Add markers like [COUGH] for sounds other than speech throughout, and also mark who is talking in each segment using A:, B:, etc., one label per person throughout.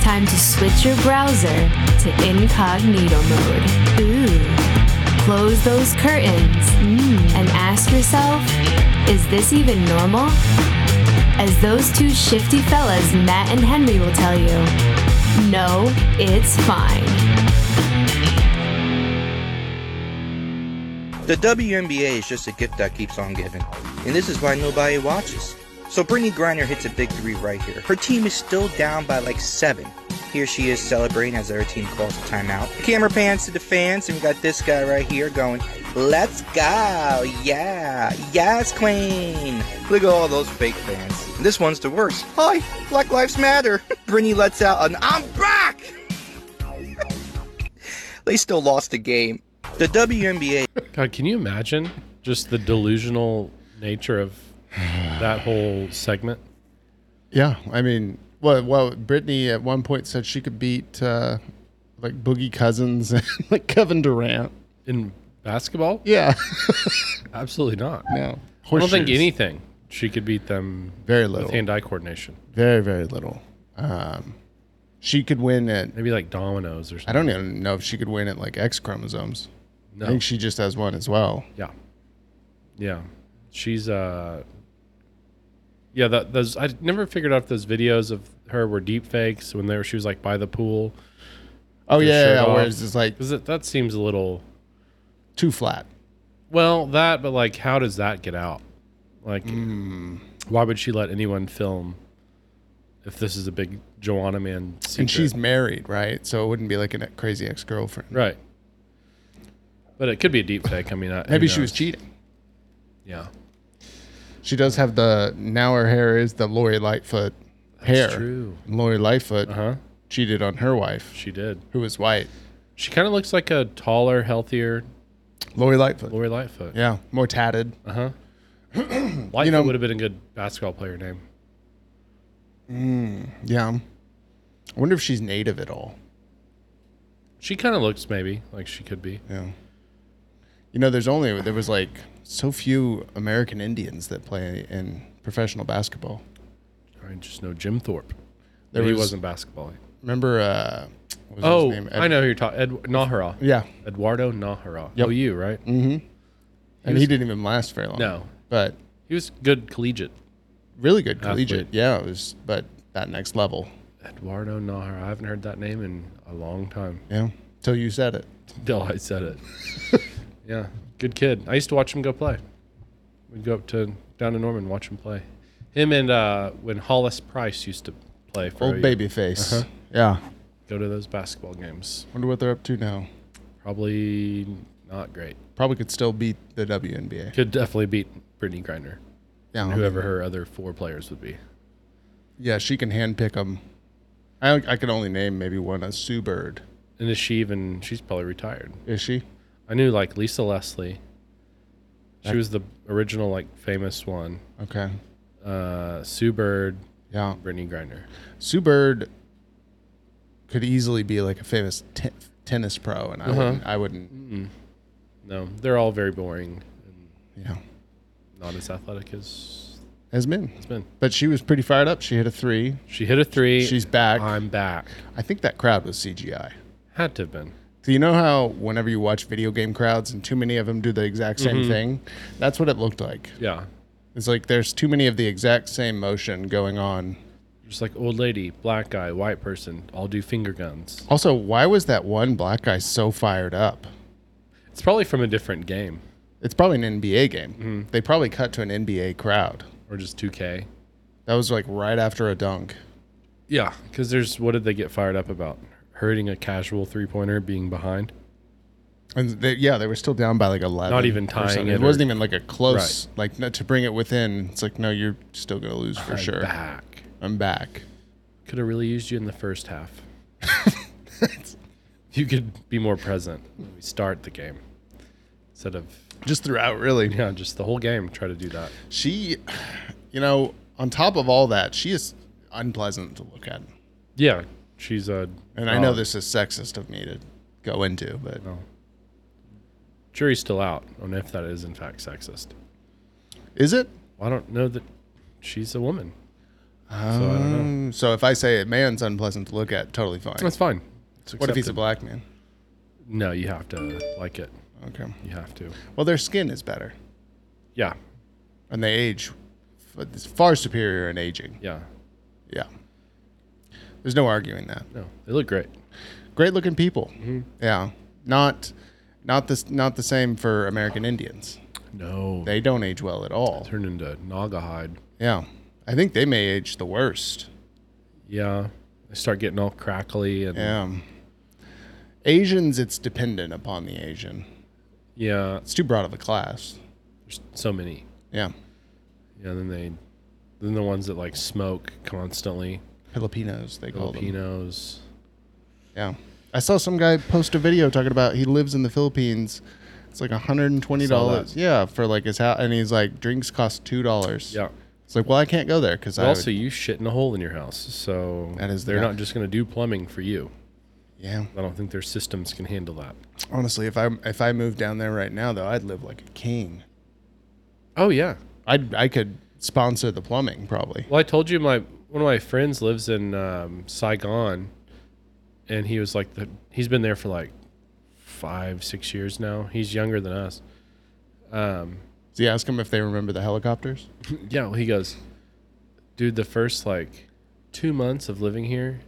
A: time to switch your browser to incognito mode. Ooh. Close those curtains and ask yourself, is this even normal? As those two shifty fellas, Matt and Henry, will tell you, no, it's fine.
B: The WNBA is just a gift that keeps on giving, and this is why nobody watches. So Brittany Griner hits a big three right here. Her team is still down by like seven. Here she is celebrating as her team calls a timeout. Camera pans to the fans, and we got this guy right here going, Let's go! Yeah! Yes, Queen! Look at all those fake fans. This one's the worst. Hi! Black Lives Matter! [LAUGHS] Brittany lets out an I'm back! [LAUGHS] they still lost the game. The WNBA
C: God, can you imagine just the delusional nature of that whole segment?
D: Yeah, I mean, well, well, Brittany at one point said she could beat uh, like Boogie Cousins [LAUGHS] and like Kevin Durant.
C: In basketball?
D: [LAUGHS] Yeah,
C: Absolutely not.
D: no,
C: I don't think
D: Horseshoes.
C: anything she could beat them
D: Very
C: with
D: little,
C: hand eye coordination.
D: very very little. Um, she could win at.
C: Maybe like dominoes or something.
D: I don't even know if she could win at like X chromosomes.
C: No.
D: I think she just has one as well.
C: Yeah. Yeah. She's uh Yeah, that those I never figured out if those videos of her were deep fakes when they were she was like by the pool.
D: Oh
C: Her
D: yeah,
C: shirt
D: yeah,
C: off.
D: whereas it's like
C: Cuz that seems a little
D: too flat.
C: well, that but like how does that get out? Like
D: Hmm.
C: why would she let anyone film if this is a big Joanna man secret?
D: And she's married, right? So it wouldn't be like a crazy ex girlfriend.
C: right. But it could be a deep fake. I mean, I, who
D: Maybe she
C: knows?
D: was cheating.
C: Yeah.
D: She does have the now her hair is the Lori Lightfoot hair.
C: true. Uh-huh.
D: Lori Lightfoot
C: Huh?
D: cheated on her wife,
C: She did.
D: who was white.
C: She kind of looks like a taller, healthier
D: Lori Lightfoot.
C: Lori Lightfoot.
D: Yeah, more tatted.
C: Uh huh. Lightfoot
D: know-
C: would have been a good basketball player name.
D: Yeah. I wonder if she's native at all.
C: She kind of looks maybe like she could be.
D: Yeah. You know, there's only there was like so few American Indians that play in professional basketball.
C: I just know Jim Thorpe. There
D: There
C: he
D: was-
C: wasn't basketball.
D: Remember uh what was
C: Oh,
D: his name?
C: I know who you're talking. Ed- Nahara.
D: Yeah.
C: Eduardo Nahara.
D: Yep.
C: Oh, you right?
D: And he didn't even last very long.
C: No,
D: But
C: he was good collegiate.
D: really good collegiate.
C: Athlete.
D: Yeah, it was but that next level.
C: Eduardo Nahara. I haven't heard that name in a long time. [LAUGHS]
D: Yeah. Till you said it.
C: Until I said it.
D: [LAUGHS]
C: yeah, good kid. I used to watch him go play. We'd go up to down to Norman, watch him play. Him and uh, when Hollis Price used to play for
D: Old
C: OU.
D: baby face.
C: Uh-huh.
D: Yeah.
C: Go to those basketball games.
D: Wonder what they're up to now.
C: Probably not great.
D: Probably could still beat the WNBA.
C: Could definitely beat Brittany Griner,
D: Yeah.
C: whoever her other four players would be.
D: Yeah, she can handpick them. I I can only name maybe one. A Sue Bird.
C: And is she even? She's probably retired.
D: Is she?
C: I knew like Lisa Leslie. She was the original like famous one.
D: Okay.
C: Uh, Sue Bird,
D: Yeah.
C: Brittany Griner.
D: Sue Bird could easily be like a famous te- tennis pro, and I
C: Uh-huh.
D: wouldn't. I wouldn't.
C: No, they're all very boring and
D: Yeah.
C: not as athletic as
D: As men.
C: it's been.
D: But she was pretty fired up. She hit a three.
C: She hit a three.
D: She's back.
C: I'm back.
D: I think that crowd was CGI.
C: Had to have been.
D: So you know how whenever you watch video game crowds and too many of them do the exact same
C: Mm-hmm.
D: thing, that's what it looked like.
C: Yeah.
D: It's like there's too many of the exact same motion going on.
C: Just like old lady, black guy, white person, all do finger guns.
D: Also, why was that one black guy so fired up?
C: It's probably from a different game
D: It's probably an NBA game.
C: Mm-hmm.
D: They probably cut to an NBA crowd.
C: or just 2K.
D: That was like right after a dunk.
C: Yeah, because there's what did they get fired up about? Hurting a casual three pointer, being behind.
D: And they, yeah, they were still down by like 11.
C: Not even
D: or
C: tying
D: something.
C: it
D: It
C: or-
D: wasn't even like a close, like no, to bring it within. It's like, no, you're still going to lose for sure.
C: Back.
D: I'm back.
C: Could have really used you in the first
D: [LAUGHS]
C: half. you could be more present when we start the game instead of
D: Just throughout,
C: [LAUGHS]
D: really.
C: yeah, just the whole game. Try to do that.
D: She, you know, on top of all that, she is unpleasant to look at.
C: Yeah, she's a.
D: And I know
C: uh,
D: this is sexist of me to go into, but
C: jury's still out on if that is in fact sexist.
D: is it?
C: I don't know that she's a woman. So I don't know.
D: Um, so if I say a man's unpleasant to look at, totally fine.
C: That's fine. It's
D: what if he's a
C: accepted.
D: black man?
C: No, you have to like it.
D: Okay.
C: You have to.
D: Well, their skin is better,
C: Yeah,
D: and they age. f- It's far superior in aging.
C: yeah.
D: Yeah. There's no arguing that.
C: No, they look great.
D: Great looking people.
C: Mm-hmm.
D: Yeah. Not, not this, not the same for American Indians.
C: No, they
D: They don't age well at all.
C: turn into naga hide.
D: Yeah. I think they may age the worst.
C: Yeah, they start getting all crackly and yeah.
D: Yeah. Asians, it's dependent upon the Asian. It's too broad of a class.
C: there's so many.
D: Yeah.
C: Yeah, then they, then the ones that like smoke constantly,
D: Filipinos, they call them.
C: Filipinos.
D: Yeah. I saw some guy post a video talking about he lives in the Philippines. It's like
C: Saw
D: $120.
C: that.
D: Yeah, for like his house. And he's like, drinks cost $2.
C: Yeah.
D: It's like, well, I can't go there because I.
C: But also,
D: would-
C: you shit in a hole in your house, so
D: That is-
C: they're
D: yeah.
C: not just going to do plumbing for you.
D: yeah.
C: I don't think their systems can handle that.
D: Honestly, if I if I moved down there right now, though, I'd live like a king.
C: Oh yeah.
D: I'd, I could sponsor the plumbing, probably.
C: Well, I told you my one of my friends lives in um, Saigon, and he was like the he's been there for like five six years now. He's younger than us. [LAUGHS] Um,
D: So you ask them if they remember the helicopters?
C: yeah, well, he goes, dude. The first like two months of living here,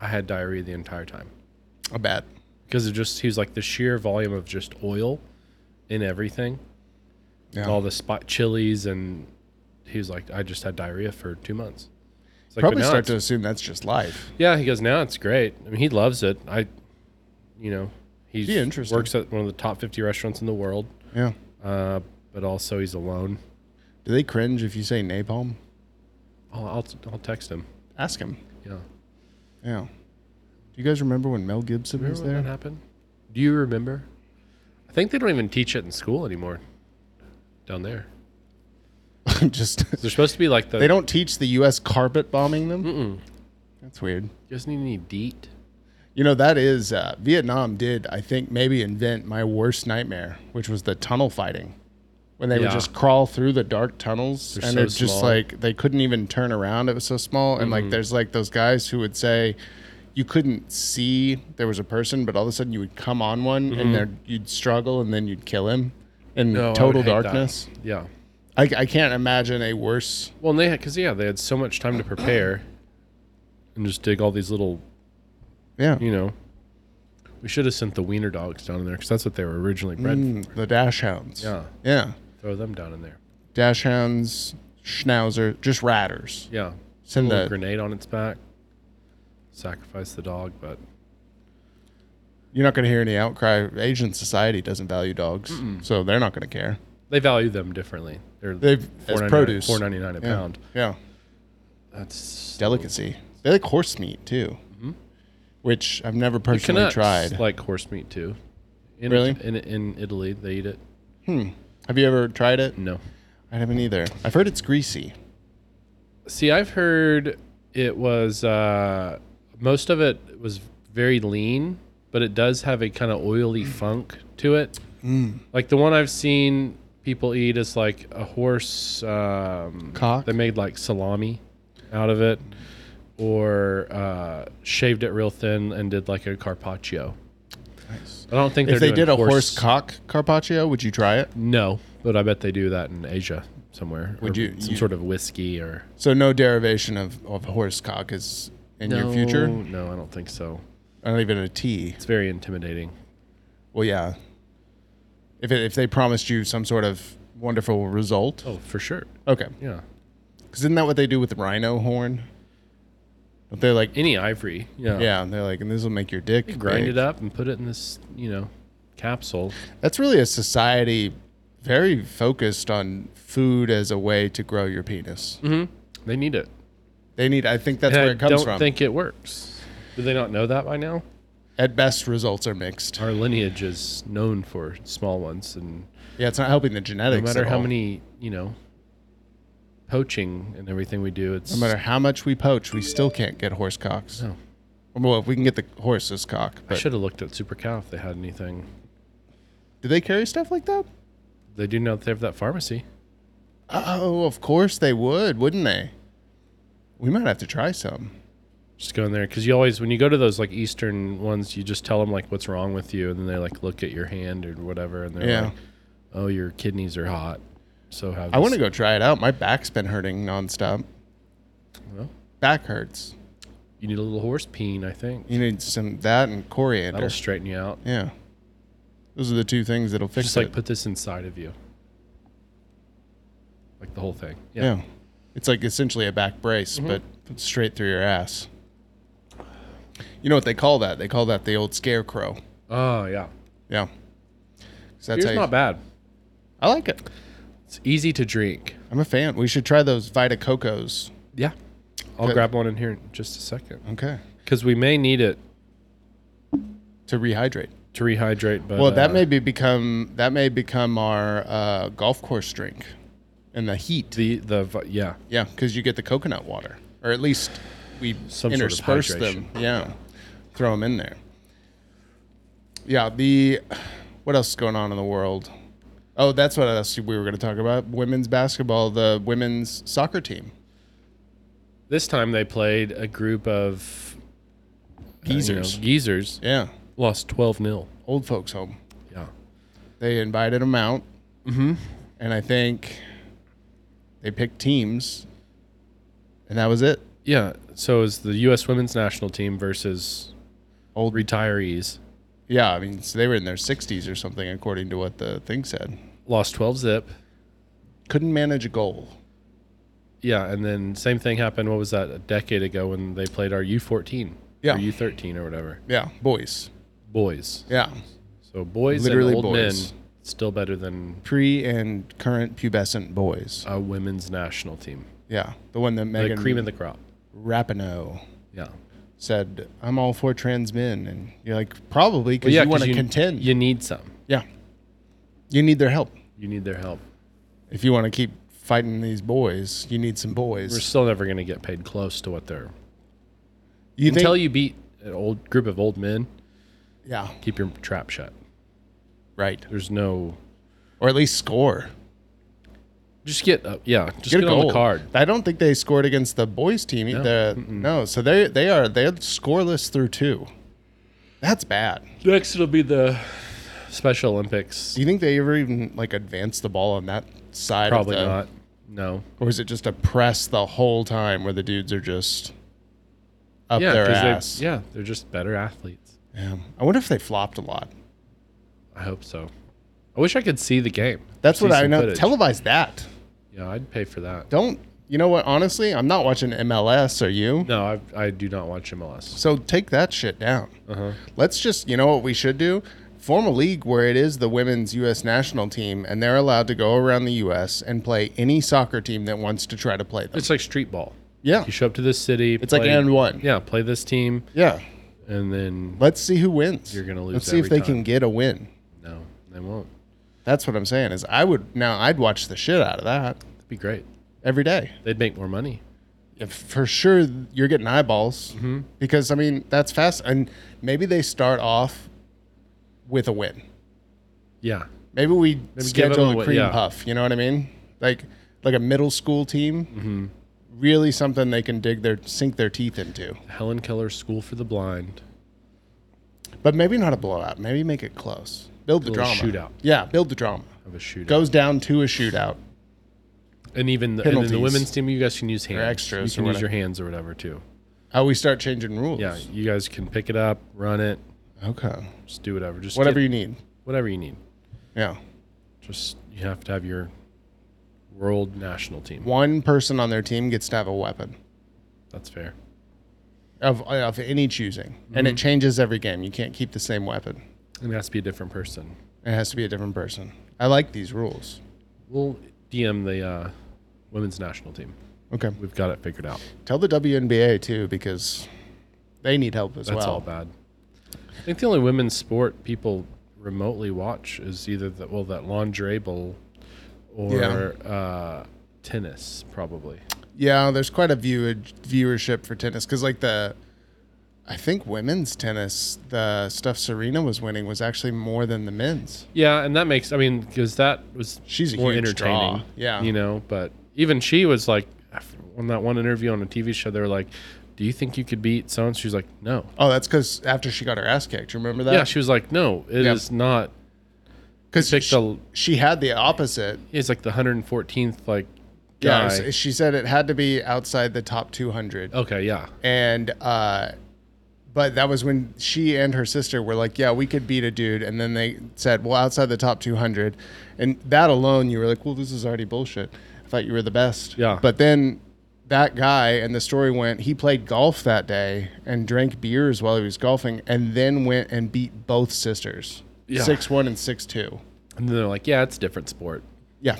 C: I had diarrhea the entire time
D: I bet.
C: because of just he was like the sheer volume of just oil in everything,
D: Yeah.
C: all the spot chilies, and he was like, I just had diarrhea for two months. It's like, but
D: probably
C: now
D: start
C: it's-
D: to assume that's just life.
C: Yeah, he goes now. It's great. I mean, he loves it. I, you know, he's
D: Be interesting.
C: works at one of the top fifty restaurants in the world,
D: Yeah.
C: uh, but also he's alone.
D: Do they cringe if you say napalm?
C: I'll, I'll I'll text him.
D: Ask him.
C: Yeah,
D: Yeah. Do you guys remember when Mel Gibson
C: remember
D: was
C: when that
D: there? [LAUGHS]
C: happened? Do you remember? I think they don't even teach it in school anymore. Down there,
D: just [LAUGHS]
C: 'Cause they're supposed to be like the.
D: they don't teach the U.S. carpet bombing them. That's weird.
C: You guys need any E DEET?
D: You know that is uh, Vietnam did I think maybe invent my worst nightmare, which was the tunnel fighting, when they
C: Yeah.
D: would just crawl through the dark tunnels
C: They're
D: and
C: so
D: it's just
C: small. Mm-hmm.
D: like they couldn't even turn around. It was so small, and like there's like those guys who would say. You couldn't see there was a person, but all of a sudden you would come on one, and there you'd struggle, and then you'd kill him in
C: Mm-hmm. I would
D: total
C: hate that.
D: darkness.
C: Yeah.
D: I, I can't imagine a worse.
C: Well, and they had because yeah, they had so much time to prepare, and just dig all these little
D: Yeah,
C: you know, we should have sent the wiener dogs down in there because that's what they were originally bred. for.
D: Mm, the dash hounds.
C: Yeah,
D: yeah,
C: throw them down in there.
D: dash hounds, schnauzer, just ratters.
C: Yeah,
D: Send
C: Little
D: the
C: grenade on its back. Sacrifice the dog, but
D: You're not going to hear any outcry. Asian society doesn't value dogs, so they're not going to care.
C: they value them differently. They're
D: They've as produce.
C: four ninety nine a
D: yeah.
C: pound.
D: Yeah,
C: That's
D: delicacy. They like horse meat too,
C: Mm-hmm.
D: which I've never personally
C: Canucks
D: tried.
C: like horse meat too. In,
D: Really?
C: In, in Italy, they eat it.
D: Have you ever tried it?
C: No.
D: I haven't either. I've heard it's greasy.
C: See, I've heard it was uh, most of it was very lean, but it does have a kind of oily
D: Mm.
C: funk to it. Like the one I've seen people eat is like a horse um,
D: Cock?
C: They made like salami out of it, or uh, shaved it real thin and did like a carpaccio. Nice. I don't think
D: If
C: they're
D: they
C: doing Mm.
D: did a horse, cock carpaccio, would you try it?
C: no, but I bet they do that in Asia somewhere.
D: Would
C: or
D: you-
C: some
D: you-
C: sort of whiskey or
D: So no derivation of, of horse cock is in your
C: No,
D: future.
C: No, I don't think so.
D: Not even a T.
C: It's very intimidating.
D: Well, yeah. If it, if they promised you some sort of wonderful result,
C: Oh, for sure.
D: okay.
C: Yeah.
D: Because isn't that what they do with rhino horn? Don't they like?
C: Any ivory. Yeah.
D: Yeah, they're like, and this will make your dick
C: Grind
D: big."
C: it up and put it in this, you know, capsule.
D: That's really a society very focused on food as a way to grow your penis.
C: They need it.
D: They need. I think that's
C: And
D: where
C: I
D: it comes
C: Mm-hmm. don't
D: from.
C: think it works. Do they not know that by now?
D: At best, results are mixed.
C: Our lineage is known for small ones, and
D: Yeah, it's not helping the
C: no
D: genetics.
C: matter
D: at
C: how
D: all.
C: many, you know, poaching and everything we do, it's
D: no matter how much we poach, we still can't get horse cocks.
C: No.
D: Well, if we can get the horse's cock,
C: I
D: but
C: should have looked at Super Cow if they had anything.
D: do they carry stuff like that?
C: They do know that they have that pharmacy.
D: Oh, of course they would, wouldn't they? We might have to try some.
C: Just go in there because you always when you go to those like Eastern ones, you just tell them like what's wrong with you, and then they like look at your hand or whatever, and they're
D: Yeah.
C: like, "Oh, your kidneys are hot." So have
D: I want to
C: this-
D: go try it out. My back's been hurting nonstop.
C: Well.
D: Back hurts.
C: You need a little horse peen, I think.
D: You need some that and coriander.
C: That'll straighten you out.
D: yeah. Those are the two things that'll fix
C: Just
D: it.
C: like put this inside of you, like the whole thing.
D: yeah. It's like essentially a back brace,
C: Mm-hmm.
D: but straight through your ass. You know what they call that? They call that the old scarecrow.
C: Oh yeah.
D: Yeah. 'Cause That's
C: Beer's
D: how you-
C: not bad.
D: I like it.
C: It's easy to drink.
D: I'm a fan. We should try those Vita Cocos.
C: Yeah. I'll
D: Good.
C: grab one in here in just a second
D: Okay.
C: because we may need it
D: To rehydrate.
C: to rehydrate. But
D: Well, that
C: uh,
D: may be become that may become our uh, golf course drink, and the heat.
C: the the vi- yeah.
D: Yeah, because you get the coconut water, or at least we
C: Some sort of
D: intersperse them. Yeah, throw them in there. Yeah. The what else is going on in the world? Oh, that's what else we were going to talk about. Women's basketball, the women's soccer team.
C: Uh, This time they played a group of uh, you know,
D: Geezers.
C: geezers
D: Yeah,
C: lost twelve 0
D: old folks home.
C: Yeah.
D: they invited them out, mm-hmm. and I think they picked teams, and that was it.
C: Yeah. So is the U.S. women's national team versus
D: Old-
C: retirees
D: Yeah, I mean, so they were in their sixties or something, according to what the thing said.
C: lost twelve zip.
D: Couldn't manage a goal.
C: Yeah, and then same thing happened. What was that? A decade ago when they played our U fourteen,
D: Yeah.
C: or U thirteen or whatever
D: Yeah, boys.
C: boys.
D: Yeah,
C: So boys
D: Literally
C: and old
D: boys.
C: men still better than
D: pre and current pubescent boys.
C: a women's national team.
D: Yeah, the one that
C: The
D: Megan
C: cream of the crop.
D: Rapinoe
C: Yeah.
D: said, "I'm all for trans men," and you're like, probably because you want to contend.
C: You need some.
D: yeah, you need their help
C: You need their help.
D: if you want to keep fighting these boys. You need some boys.
C: We're still never going to get paid close to what they're.
D: you
C: Until you beat an old group of old men,
D: Yeah.
C: keep your trap shut.
D: Right.
C: There's no.
D: Or at least score.
C: Just get up. Yeah. Just get, on the card.
D: I don't think they scored against the boys team. No. no. So they they are they're scoreless through two. That's bad.
C: Next, it'll be the Special Olympics.
D: Do you think they ever even like advanced the ball on that side? of
C: Probably
D: the-
C: not. No.
D: Or is it just a press the whole time where the dudes are just up
C: Yeah.
D: their
C: 'cause they-
D: ass?
C: yeah. They're just better athletes.
D: yeah. I wonder if they flopped a lot.
C: I hope so. I wish I could see the game.
D: That's
C: See
D: what I
C: some
D: know.
C: footage.
D: Televise that.
C: yeah, I'd pay for that.
D: Don't you know what? Honestly, I'm not watching MLS. Are you?
C: No, I, I do not watch MLS.
D: So take that shit down.
C: Uh-huh.
D: Let's just, you know what we should do? Form a league where it is the women's U.S. national team, and they're allowed to go around the U.S. and play any soccer team that wants to try to play them.
C: It's like street ball.
D: yeah,
C: [LAUGHS] You show up to this city.
D: it's like and one.
C: Yeah, play this team,
D: yeah.
C: and then
D: Let's see who wins.
C: You're gonna lose
D: Let's see if
C: every
D: they
C: time.
D: can get a win.
C: no, they won't.
D: That's what I'm saying. Is I would now I'd watch the shit out of that
C: That'd be great.
D: every day.
C: They'd make more money.
D: If for sure you're getting eyeballs
C: Mm-hmm.
D: because I mean that's fast, and maybe they start off with a win.
C: Yeah,
D: Maybe we
C: give them
D: schedule
C: a
D: a
C: wi-
D: cream
C: yeah.
D: puff. You know what I mean? Like like a middle school team.
C: Mm-hmm.
D: Really, something they can dig their sink their teeth into.
C: Helen Keller School for the Blind.
D: But maybe not a blowout. Maybe make it close. Build the
C: Little
D: drama.
C: shootout.
D: Yeah, build the drama.
C: Have a shootout.
D: Goes down to a shootout.
C: and even the, and then the
D: penalties.
C: women's team, you guys can use hands.
D: extras
C: you
D: or
C: can use your
D: whatever.
C: hands or whatever too.
D: How Oh, we start changing rules.
C: Yeah, you guys can pick it up, run it,
D: Okay.
C: just do whatever. Just
D: Whatever
C: get-
D: you need.
C: whatever you need.
D: Yeah.
C: Just you have to have your world national team.
D: One person on their team gets to have a weapon
C: That's fair.
D: of of any choosing, and
C: Mhm.
D: it changes every game. You can't keep the same weapon.
C: And it has to be a different person.
D: It has to be a different person. I like these rules.
C: We'll DM the uh, women's national team.
D: Okay.
C: We've got it figured out.
D: Tell the WNBA too, because they need help as
C: That's
D: well.
C: all bad. I think the only women's sport people remotely watch is either the, well that lingerie bowl or uh, tennis probably.
D: Yeah, there's quite a view- viewership for tennis because, like the, I think women's tennis, the stuff Serena was winning was actually more than the men's.
C: Yeah, and that makes I mean because that was
D: She's a
C: more
D: huge
C: entertaining.
D: draw. Yeah.
C: you know, but even she was like, I f- on that one interview on a TV show, they were like, "Do you think you could beat so and?" She's like, "No."
D: Oh, that's because after she got her ass kicked. Remember
C: Yeah,
D: that?
C: she was like, "No, it is
D: Yeah.
C: not."
D: because
C: picked
D: she,
C: the-
D: she had the opposite.
C: It's like the 114th like
D: Yeah,
C: guy. Oh.
D: s- she said it had to be outside the top 200.
C: okay, yeah.
D: and uh but that was when she and her sister were like yeah we could beat a dude and then they said well outside the top 200 and that alone you were like well this is already bullshit i thought you were the best
C: Yeah.
D: but then that guy and the story went he played golf that day and drank beers while he was golfing and then went and beat both sisters
C: Yeah.
D: six one and six two
C: And then they're like, "Yeah, it's a different sport.
D: yeah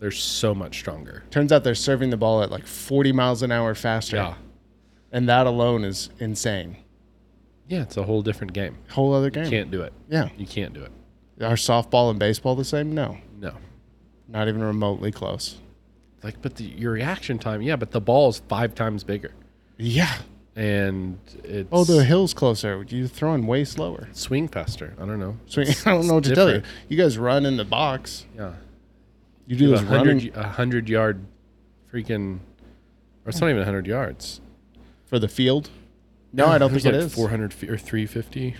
C: They're so much stronger."
D: turns out they're serving the ball at like 40 miles an hour faster
C: Yeah.
D: and that alone is insane
C: Yeah, it's a whole different game.
D: whole other game
C: Can't do it.
D: yeah
C: You can't do it.
D: Are softball and baseball the same? No,
C: No.
D: not even remotely close.
C: Like, but the, your reaction time, yeah, but the ball is five times bigger,
D: Yeah.
C: and it's
D: Oh, the hill's closer. You're throwing way slower.
C: swing faster. I don't know.
D: So [LAUGHS] I don't know what to tell you.
C: different.
D: You guys run in the box.
C: Yeah,
D: You do
C: a
D: those running
C: hundred, a hundred yard, freaking, or it's not even a hundred yards.
D: for the field. No, I don't
C: It was
D: think it
C: like
D: is.
C: Four hundred feet or three fifty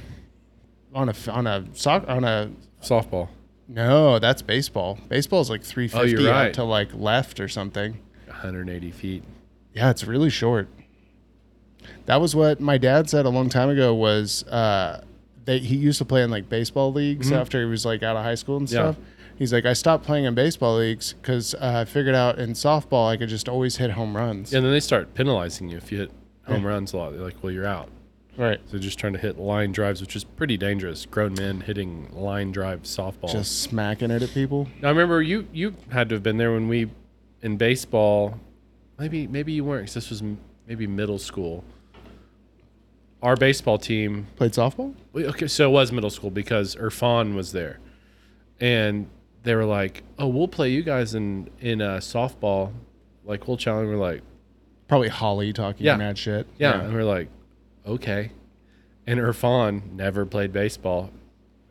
D: On a f- on a sock on a
C: softball.
D: no, that's baseball. Baseball's like three fifty
C: Oh, you're right.
D: out to like left or something.
C: One hundred eighty feet.
D: Yeah, it's really short. That was what my dad said a long time ago. Was uh, that he used to play in like baseball leagues after he was like out of high school and
C: Mm-hmm. Yeah.
D: stuff. He's like, I stopped playing in baseball leagues because uh, I figured out in softball I could just always hit home runs.
C: And then they start penalizing you if you hit home runs a lot. They're like, well, you're out.
D: Right.
C: So just trying to hit line drives, which is pretty dangerous. Grown men hitting line drive softball.
D: Just smacking it at people.
C: Now, I remember you you had to have been there when we in baseball. Maybe maybe you weren't 'cause this was m- maybe middle school. Our baseball team.
D: Played softball?
C: we- Okay, so it was middle school because Irfan was there, and they were like, "Oh, we'll play you guys in in uh, softball, like we'll challenge." We're like,
D: Probably Holly talking
C: Yeah.
D: mad shit.
C: yeah. And we're like, okay. And Irfan never played baseball.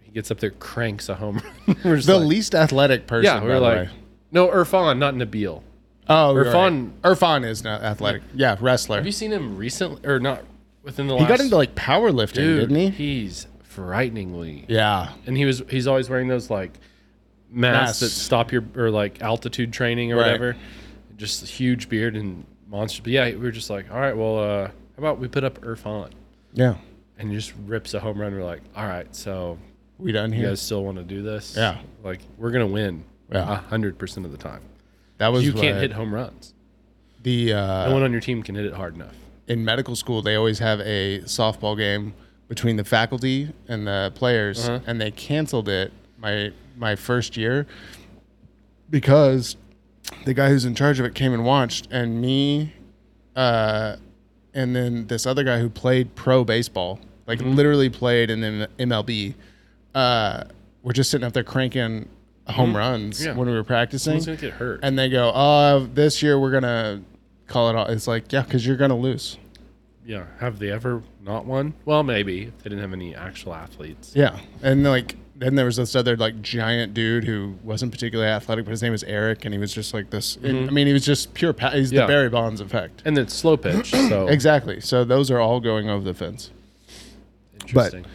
C: He gets up there, cranks a home run. [LAUGHS] We're just
D: The
C: like-
D: least athletic person.
C: yeah,
D: by
C: we're
D: the
C: like,
D: way.
C: no, Irfan, not Nabil.
D: oh, you're
C: Irfan-
D: right. Irfan is not athletic. Yeah, wrestler.
C: Have you seen him recently or not? Within the
D: He
C: last,
D: got into like powerlifting,
C: dude,
D: didn't he?
C: He's frighteningly,
D: yeah.
C: and he was he's always wearing those like masks that
D: Masks.
C: stop your or like altitude training or
D: Right.
C: whatever. Just a huge beard and monster. But yeah, we were just like, all right, well, uh, how about we put up Irfan
D: Yeah.
C: and he just rips a home run. We're like, all right, so
D: We done
C: you
D: here.
C: guys still want to do this?
D: Yeah.
C: like we're gonna win
D: Yeah.
C: a hundred percent of the time.
D: That was
C: You can't
D: what
C: hit home runs.
D: the
C: No
D: uh,
C: one on your team can hit it hard enough.
D: in medical school. They always have a softball game between the faculty and the players,
C: Uh-huh.
D: and they canceled it my my first year because the guy who's in charge of it came and watched, and me, uh, and then this other guy who played pro baseball, like
C: Mm-hmm.
D: literally played in the MLB. Uh, we're just sitting up there cranking home runs
C: Mm-hmm. Yeah.
D: when we were practicing.
C: Someone's gonna get hurt.
D: and they go, "Oh, this year we're gonna call it all." It's like, yeah, because you're gonna lose.
C: Yeah. Have they ever not won? Well, maybe if they didn't have any actual athletes.
D: Yeah, and like then there was this other like giant dude who wasn't particularly athletic, but his name was Eric, and he was just like this. I mean, he was just pure. Pa- he's the
C: Mm-hmm. Yeah.
D: Barry Bonds effect.
C: And it's slow pitch.
D: [CLEARS THROAT]
C: So
D: Exactly. So those are all going over the fence.
C: interesting.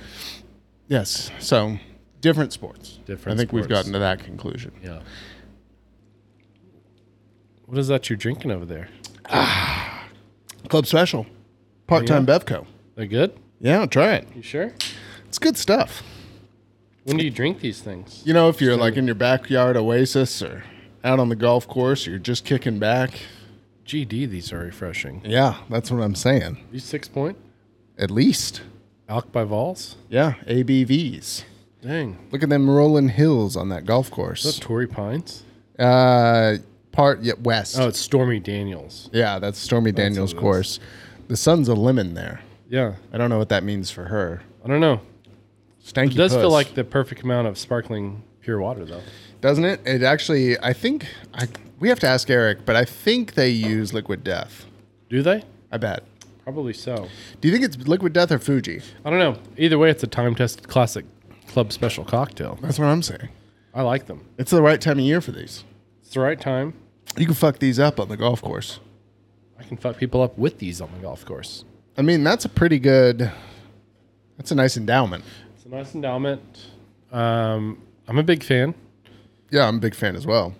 D: Yes. So different sports.
C: Different
D: I think we've
C: sports.
D: gotten to that conclusion.
C: yeah. What is that you're drinking over there?
D: Club special, part time Bevco.
C: They good?
D: Yeah, try it.
C: You sure?
D: It's good stuff.
C: When do you drink these things?
D: You know, if you're like in your backyard oasis or out on the golf course, you're just kicking back.
C: GD, these are refreshing.
D: Yeah, that's what I'm saying.
C: These six point
D: At least.
C: Alk by Vols.
D: Yeah, ABVs.
C: Dang.
D: Look at them rolling hills on that golf
C: Is
D: course.
C: that Tory Pines?
D: Uh, part yeah, west.
C: Oh, it's Stormy Daniels.
D: yeah, that's Stormy Daniels'
C: what it is.
D: course. The sun's a lemon there.
C: Yeah.
D: I don't know what that means for her.
C: I don't know.
D: Stanky
C: It does feel
D: puss.
C: like the perfect amount of sparkling pure water, though.
D: doesn't it? It actually, I think, I we have to ask Eric, but I think they use Liquid Death.
C: Do they?
D: I bet.
C: Probably so.
D: Do you think it's Liquid Death or Fuji?
C: I don't know. Either way, it's a time tested classic club special cocktail.
D: That's what I'm saying.
C: I like them.
D: It's the right time of year for these.
C: It's the right time.
D: You can fuck these up on the golf course.
C: I I can fuck people up with these on the golf course.
D: I mean, that's a pretty good. That's a nice endowment.
C: It's a nice endowment. Um, I'm a big fan.
D: Yeah, I'm a big fan as well.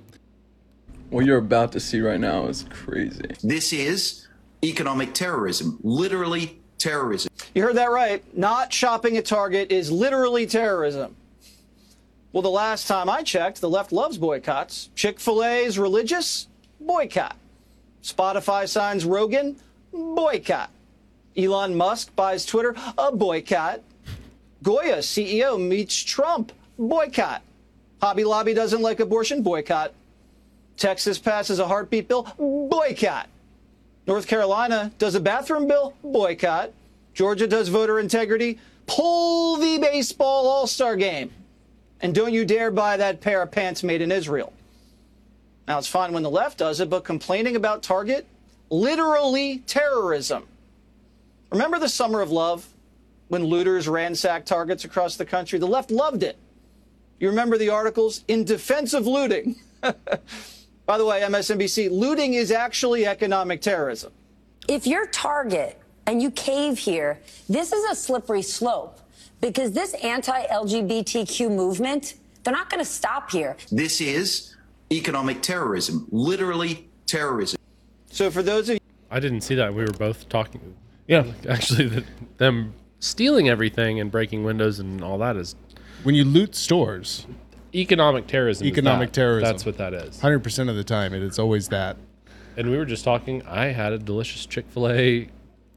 E: What you're about to see right now is crazy.
F: This is economic terrorism, literally terrorism.
G: You heard that right. Not shopping at Target is literally terrorism. Well, the last time I checked, the left loves boycotts. Chick fil A's religious? Boycott. Spotify signs Rogan? Boycott. Elon Musk buys Twitter? A boycott. Goya CEO meets Trump? Boycott. Hobby Lobby doesn't like abortion? Boycott. Texas passes a heartbeat bill? Boycott. North Carolina does a bathroom bill? Boycott. Georgia does voter integrity? Pull the baseball all star game. And don't you dare buy that pair of pants made in Israel. Now, it's fine when the left does it, but complaining about Target? Literally terrorism. Remember the summer of love when looters ransacked targets across the country? The left loved it. You remember the articles in defense of looting. [LAUGHS] By the way, MSNBC, looting is actually economic terrorism.
H: if you're target and you cave here, this is a slippery slope because this anti-LGBTQ movement, they're not going to stop here.
F: This is economic terrorism, literally terrorism.
G: So, for those of
C: I didn't see that. We were both talking. Yeah, [LAUGHS] actually, the, them stealing everything and breaking windows and all that is
D: When you loot stores,
C: economic terrorism. is
D: Economic
C: that.
D: terrorism.
C: That's what that is.
D: 100% of the time, it, it's always that.
C: And we were just talking. I had a delicious Chick Fil A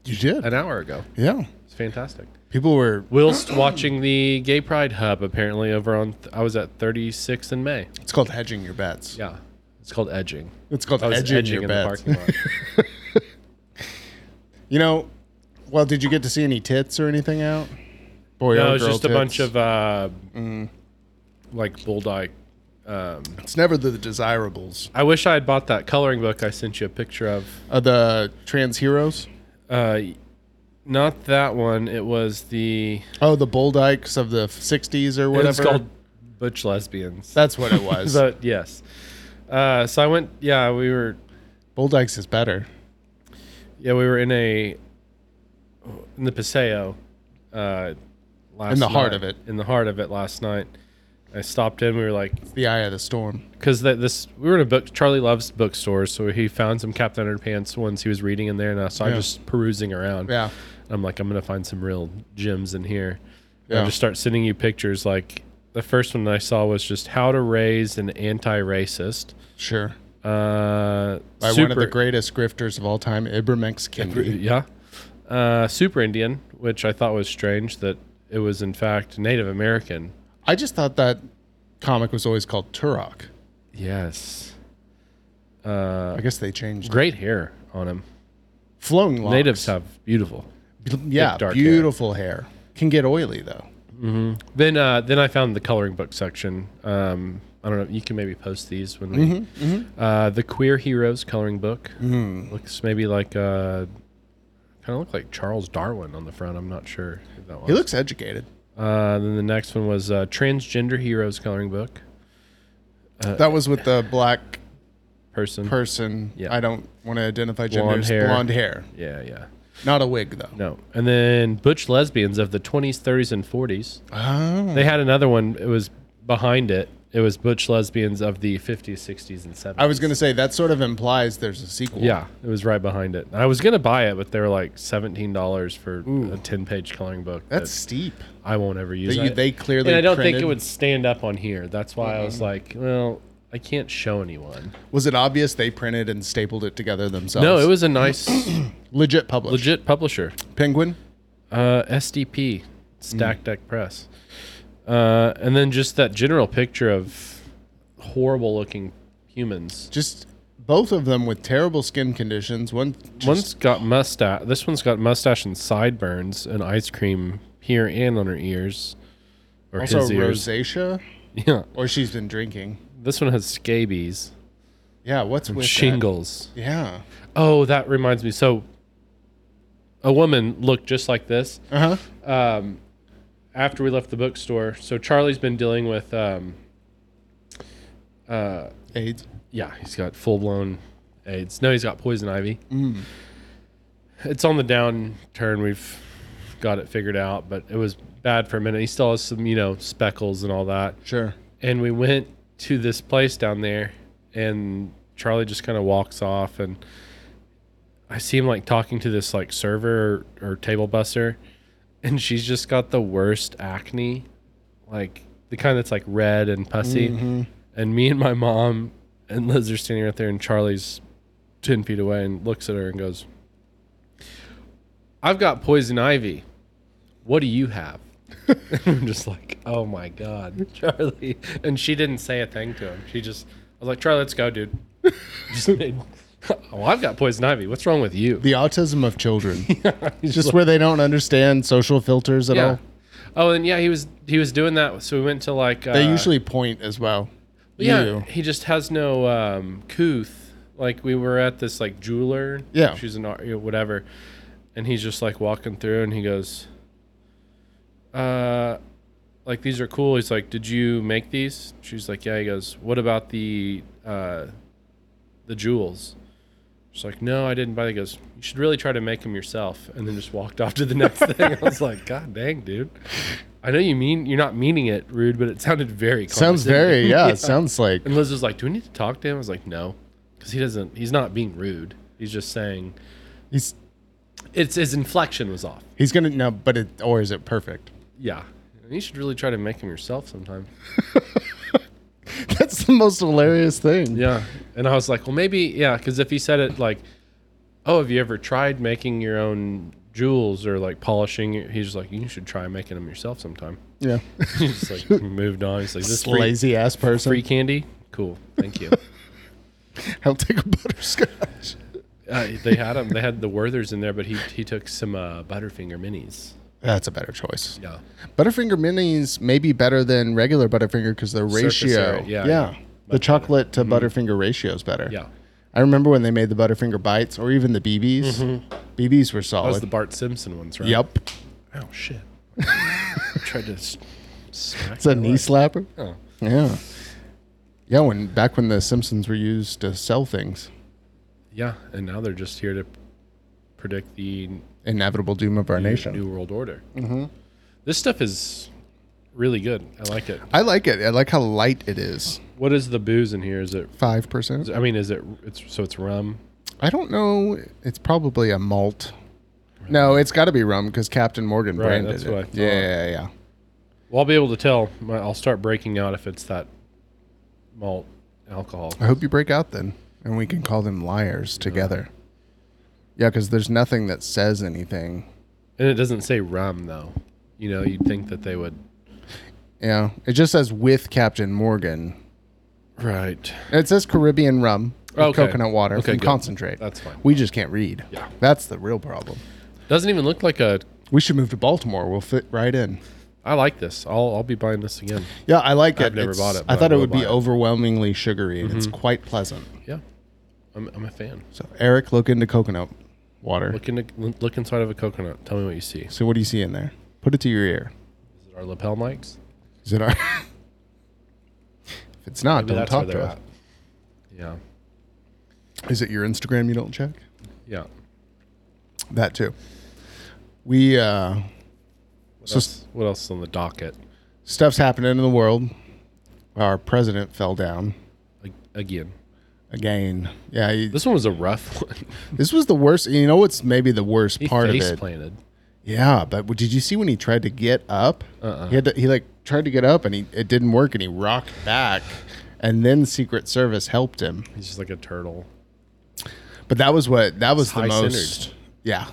D: You did.
C: an hour ago.
D: yeah.
C: It's fantastic.
D: People were.
C: Whilst watching the Gay Pride Hub, apparently over on, th- I was at 36 in May.
D: It's called hedging your bets.
C: Yeah, it's called edging.
D: It's called
C: I was
D: edging,
C: edging,
D: your
C: in [LAUGHS]
D: bets.
C: the parking lot.
D: You know, well, did you get to see any tits or anything out? Boy,
C: no,
D: or
C: it was
D: girl
C: just a
D: tits?
C: bunch of uh, like bulldog. uh,
D: It's never the desirables.
C: I wish I had bought that coloring book I sent you a picture of.
D: Are the trans heroes?
C: Uh, not that one. It was the
D: Oh, the bull dykes of the f- 60s or whatever.
C: It's called butch lesbians.
D: That's
C: [LAUGHS]
D: what it was.
C: but yes. Uh, so I went. Yeah, we were.
D: bull dykes is better.
C: Yeah, we were in a in the Paseo. Uh, last
D: In the heart
C: night-
D: of it.
C: In the heart of it last night. I stopped in. We were like,
D: The eye of the storm.
C: because this we were in a book. Charlie loves bookstores, so he found some Captain Underpants ones he was reading in there, and I saw him
D: Yeah.
C: just perusing around.
D: Yeah.
C: I'm like, I'm gonna find some real gems in here. And
D: Yeah.
C: I just start sending you pictures. Like the first one I saw was just how to raise an anti-racist.
D: Sure.
C: Uh,
D: By one of the
C: super-
D: greatest grifters of all time, Ibram X. Kendi.
C: yeah, uh, super Indian, which I thought was strange that it was in fact Native American.
D: I just thought that comic was always called Turok.
C: Yes, Uh,
D: I guess they changed. it.
C: great hair on him.
D: Flowing locks.
C: Natives have beautiful.
D: B- yeah,
C: thick, dark hair.
D: beautiful hair. Can get oily though.
C: Then uh, then I found the coloring book section. Um, I don't know. You can maybe post these when we. Uh, the Queer Heroes coloring book looks maybe like uh, kind of looked like Charles Darwin on the front. I'm not sure who that was.
D: He looks educated.
C: Uh, then the next one was uh, Transgender Heroes coloring book Uh,
D: that was with the black
C: person.
D: person.
C: Yeah.
D: I don't want to identify gender.
C: Blonde
D: as
C: hair.
D: Blonde hair.
C: yeah, yeah.
D: Not a wig though.
C: No, and then butch lesbians of the 20s, 30s, and 40s.
D: Oh.
C: They had another one. It was behind it. It was butch lesbians of the 50s, 60s, and 70s.
D: I was gonna say that sort of implies there's a sequel.
C: Yeah, it was right behind it. I was gonna buy it, but they were like seventeen dollars for a ten-page coloring book. that
D: That's steep.
C: I won't ever use.
D: They-
C: I-
D: they clearly
C: And I don't think
D: printed-
C: it would stand up on here. That's why I was like, well, I can't show anyone.
D: Was it obvious they printed and stapled it together themselves?
C: No, it was a nice, [COUGHS]
D: legit published.
C: legit publisher.
D: Penguin.
C: Uh, SDP,
D: Mm.
C: Stack Deck Press, uh, and then just that general picture of horrible-looking humans.
D: Just both of them with terrible skin conditions. One just
C: one's got mustache. This one's got mustache and sideburns and ice cream here and on her ears. Or
D: also
C: his ears.
D: rosacea,
C: [LAUGHS] Yeah.
D: or she's been drinking.
C: This one has scabies,
D: Yeah, what's with that?
C: shingles.
D: Yeah.
C: Oh, that reminds me. So, a woman looked just like this
D: Uh huh.
C: after we left the bookstore. So Charlie's been dealing with, um,
D: AIDS.
C: yeah, he's got full blown AIDS. No, he's got poison ivy. It's on the downturn. We've got it figured out, but it was bad for a minute. He still has some, you know, speckles and all that.
D: Sure.
C: And we went to this place down there, and Charlie just kind of walks off, and I see him like talking to this like server or, or table buster, and she's just got the worst acne, like the kind that's like red and pussy. And me and my mom and Liz are standing right there, and Charlie's 10 feet away and looks at her and goes, I've got poison ivy. What do you have? [LAUGHS] I'm just like, oh my God, [LAUGHS] Charlie. And she didn't say a thing to him. She just, I was like, Charlie, let's go, dude. [LAUGHS] Just made, [LAUGHS] oh, I've got poison ivy. What's wrong with you?
D: The autism of children.
C: [LAUGHS]
D: It's just where they don't understand social filters at all.
C: Oh, and yeah, he was he was doing that. So we went to like uh,
D: They usually point as well.
C: Yeah,
D: You.
C: he just has no um, couth. Like we were at this like jeweler.
D: Yeah.
C: she's an art, you know, whatever, and he's just like walking through, and he goes, "Uh, like these are cool." He's like, "Did you make these?" She's like, "Yeah." He goes, "What about the uh, the jewels?" She's like, "No, I didn't buy." He goes, "You should really try to make them yourself," and then just walked off to the next thing. I was like, "God dang, dude." I know you mean you're not meaning it rude, but it sounded very
D: Sounds
C: condescending. [LAUGHS]
D: very, yeah, it sounds like
C: And Liz was like, "Do we need to talk to him?" I was like, "No," because he doesn't. He's not being rude. He's just saying
D: he's
C: it's his inflection was off.
D: he's gonna no, but it or is it perfect? [LAUGHS]
C: Yeah, you should really try to make him yourself sometime.
D: That's the most hilarious thing.
C: Yeah, and I was like, "Well, maybe yeah," because if he said it like, "Oh, have you ever tried making your own jewels or like polishing?" it?" He's just like, "You should try making them yourself sometime." [LAUGHS]
D: Yeah.
C: He's just
D: [LAUGHS]
C: like moved on. He's like, "This
D: This
C: free,
D: lazy ass person.
C: free candy, cool, thank
D: [LAUGHS]
C: you."
D: I'll take a butterscotch.
C: uh, they had them. They had the Werthers in there, but he he took some uh, Butterfinger minis.
D: That's a better choice.
C: Yeah.
D: Butterfinger minis may be better than regular Butterfinger because the
C: Surface
D: ratio.
C: area, yeah, yeah. Mm-hmm.
D: The chocolate to Butterfinger ratio is better.
C: Yeah.
D: I remember when they made the Butterfinger bites or even the BBs. BBs were
C: Mm-hmm. That was
D: solid.
C: the Bart Simpson ones, right?
D: Oh, yep.
C: Oh
D: [LAUGHS]
C: shit! tried to. s- smack
D: It's a
C: my
D: knee
C: leg.
D: slapper.
C: Oh.
D: Yeah. Yeah, when back when the Simpsons were used to sell things.
C: Yeah, and now they're just here to predict the new-
D: Inevitable doom of our nation.
C: new world order. Mm-hmm. This stuff is really good. I like it.
D: I like it. I like how light it is.
C: What is the booze in here? Is it?
D: Five percent.
C: I mean, is it? It's so it's rum.
D: I don't know. It's probably a malt. No, it's got to be rum because Captain Morgan
C: Right,
D: branded
C: that's
D: it.
C: what I thought.
D: yeah, yeah, yeah.
C: Well, I'll be able to tell. My- I'll start breaking out if it's that malt alcohol.
D: I hope you break out then, and we can call them liars together. Yeah, because there's nothing that says anything.
C: And it doesn't say rum though. You know, you'd think that they would.
D: Yeah, it just says with Captain Morgan.
C: Right.
D: It says Caribbean rum, with
C: Okay.
D: coconut water
C: Okay,
D: from
C: good.
D: concentrate.
C: That's fine.
D: We just can't read.
C: Yeah.
D: that's the real problem.
C: Doesn't even look like a.
D: We should move to Baltimore. We'll fit right in.
C: I like this. I'll I'll be buying this again.
D: Yeah, I like it.
C: I've never
D: It's-
C: bought it,
D: I
C: but
D: thought
C: I
D: it
C: will
D: would be
C: buy it. Mm-hmm.
D: overwhelmingly sugary, and it's quite pleasant.
C: Yeah, I'm, I'm a fan.
D: So, Eric, look into coconut water.
C: Look into look inside of a coconut. Tell me what you see. Is
D: So, what do you see in there? Put it to your ear.
C: it our lapel mics?
D: Is it our? [LAUGHS] if it's not,
C: Maybe
D: don't
C: that's where
D: talk to
C: they're
D: us.
C: at. Yeah,
D: Is it your Instagram you don't check?
C: yeah.
D: That too. We uh,
C: What,
D: so
C: else, what else is on the docket?
D: stuff's happening in the world. Our president fell down
C: Ag- Again,
D: again. Yeah, he-
C: this one was a rough [LAUGHS] one.
D: this was the worst. You know what's maybe the worst
C: He
D: part of
C: face
D: it?
C: planted.
D: Yeah, but did you see when he tried to get up?
C: Uh-uh.
D: He had to, he like tried to get up and he it didn't work and he rocked back, and then Secret Service helped him.
C: He's just like a turtle.
D: But that was what that was
C: It's
D: the
C: high-centered.
D: most. Yeah.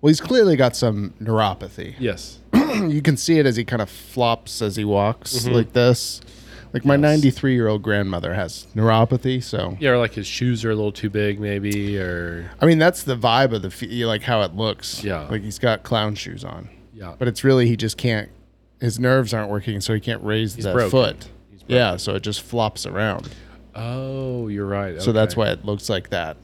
D: Well, he's clearly got some neuropathy.
C: Yes.
D: You can see it as he kind of flops as he walks
C: Mm-hmm.
D: like this. Like my 93 year old grandmother has neuropathy, so
C: Yeah, or like his shoes are a little too big, maybe, or
D: I mean that's the vibe of the fe- you like how it looks.
C: Yeah.
D: like he's got clown shoes on.
C: Yeah.
D: but it's really he just can't. His nerves aren't working, so he can't raise the
C: broken.
D: foot. Yeah, so it just flops around.
C: oh, you're right.
D: So that's
C: okay.
D: why it looks like that.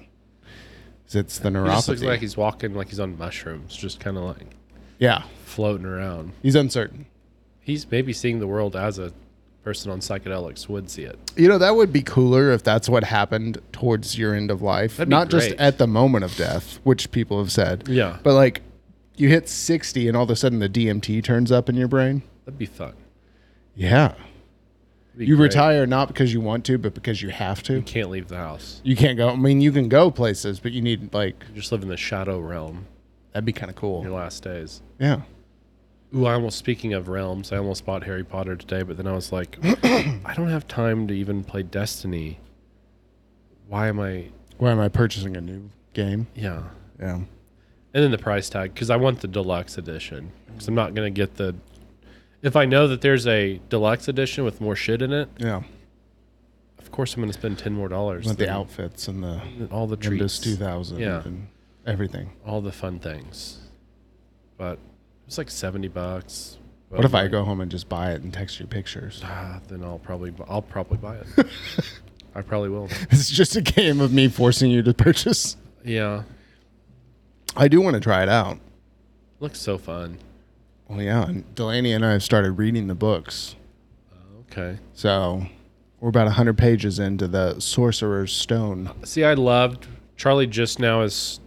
D: 'Cause It's the
C: He just looks
D: neuropathy.
C: like he's walking like he's on mushrooms, just kind of like
D: yeah,
C: floating around.
D: he's uncertain.
C: He's maybe seeing the world as a person on psychedelics would see it.
D: You know, that would be cooler if that's what happened towards your end of life.
C: That'd be
D: Not just
C: great.
D: at the moment of death, which people have said.
C: Yeah.
D: But like you hit 60 and all of a sudden the DMT turns up in your brain.
C: That'd be fun.
D: Yeah.
C: That'd be
D: You
C: great.
D: retire not because you want to, but because you have to.
C: You can't leave the house.
D: You can't go. I mean, you can go places, but you need like
C: You just live in the shadow realm
D: that'd be kind of
C: your
D: cool.
C: last days.
D: Yeah.
C: Ooh, I almost speaking of realms, I almost bought Harry Potter today, but then I was like, [COUGHS] I don't have time to even play Destiny. Why am I?
D: Why am I purchasing a new game?
C: Yeah,
D: Yeah.
C: and then the price tag because I want the deluxe edition because I'm not gonna get the. If I know that there's a deluxe edition with more shit in it,
D: Yeah.
C: of course I'm gonna spend ten more dollars.
D: With the
C: than
D: outfits and the
C: all the treats,
D: Nimbus 2000
C: Yeah.
D: and everything.
C: all the fun things, but it was like seventy bucks.
D: What if I go home and just buy it and text you pictures?
C: Ah, then I'll probably bu- I'll probably buy it. I probably will.
D: [LAUGHS] It's just a game of me forcing you to purchase.
C: Yeah,
D: I do want to try it out.
C: looks so fun.
D: Well, yeah. And Delaney and I have started reading the books.
C: Okay.
D: So we're about 100 pages into the Sorcerer's Stone.
C: See, I loved Charlie. Just now is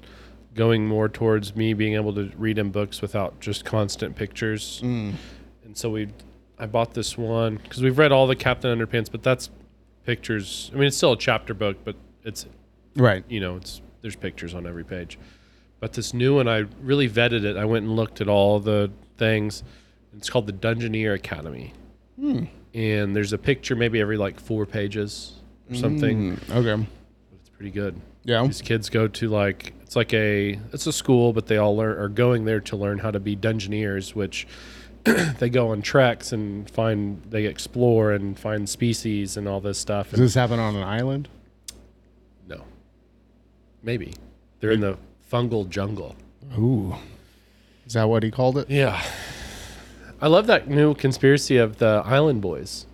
C: going more towards me being able to read in books without just constant pictures. And so we, I bought this one because we've read all the Captain Underpants, but that's pictures. I mean, it's still a chapter book, but it's
D: Right.
C: you know, it's there's pictures on every page. But this new one, I really vetted it. I went and looked at all the things. It's called the Dungeoneer Academy. And there's a picture maybe every like four pages or something.
D: Okay.
C: It's pretty good.
D: Yeah.
C: These kids go to like it's like a it's a school, but they all learn are going there to learn how to be dungeoneers, which [CLEARS THROAT] they go on treks and find they explore and find species and all this stuff.
D: Does this happen on an island?
C: No. Maybe. They're in the fungal jungle.
D: Ooh. Is that what he called it?
C: Yeah. I love that new conspiracy of the Island Boys.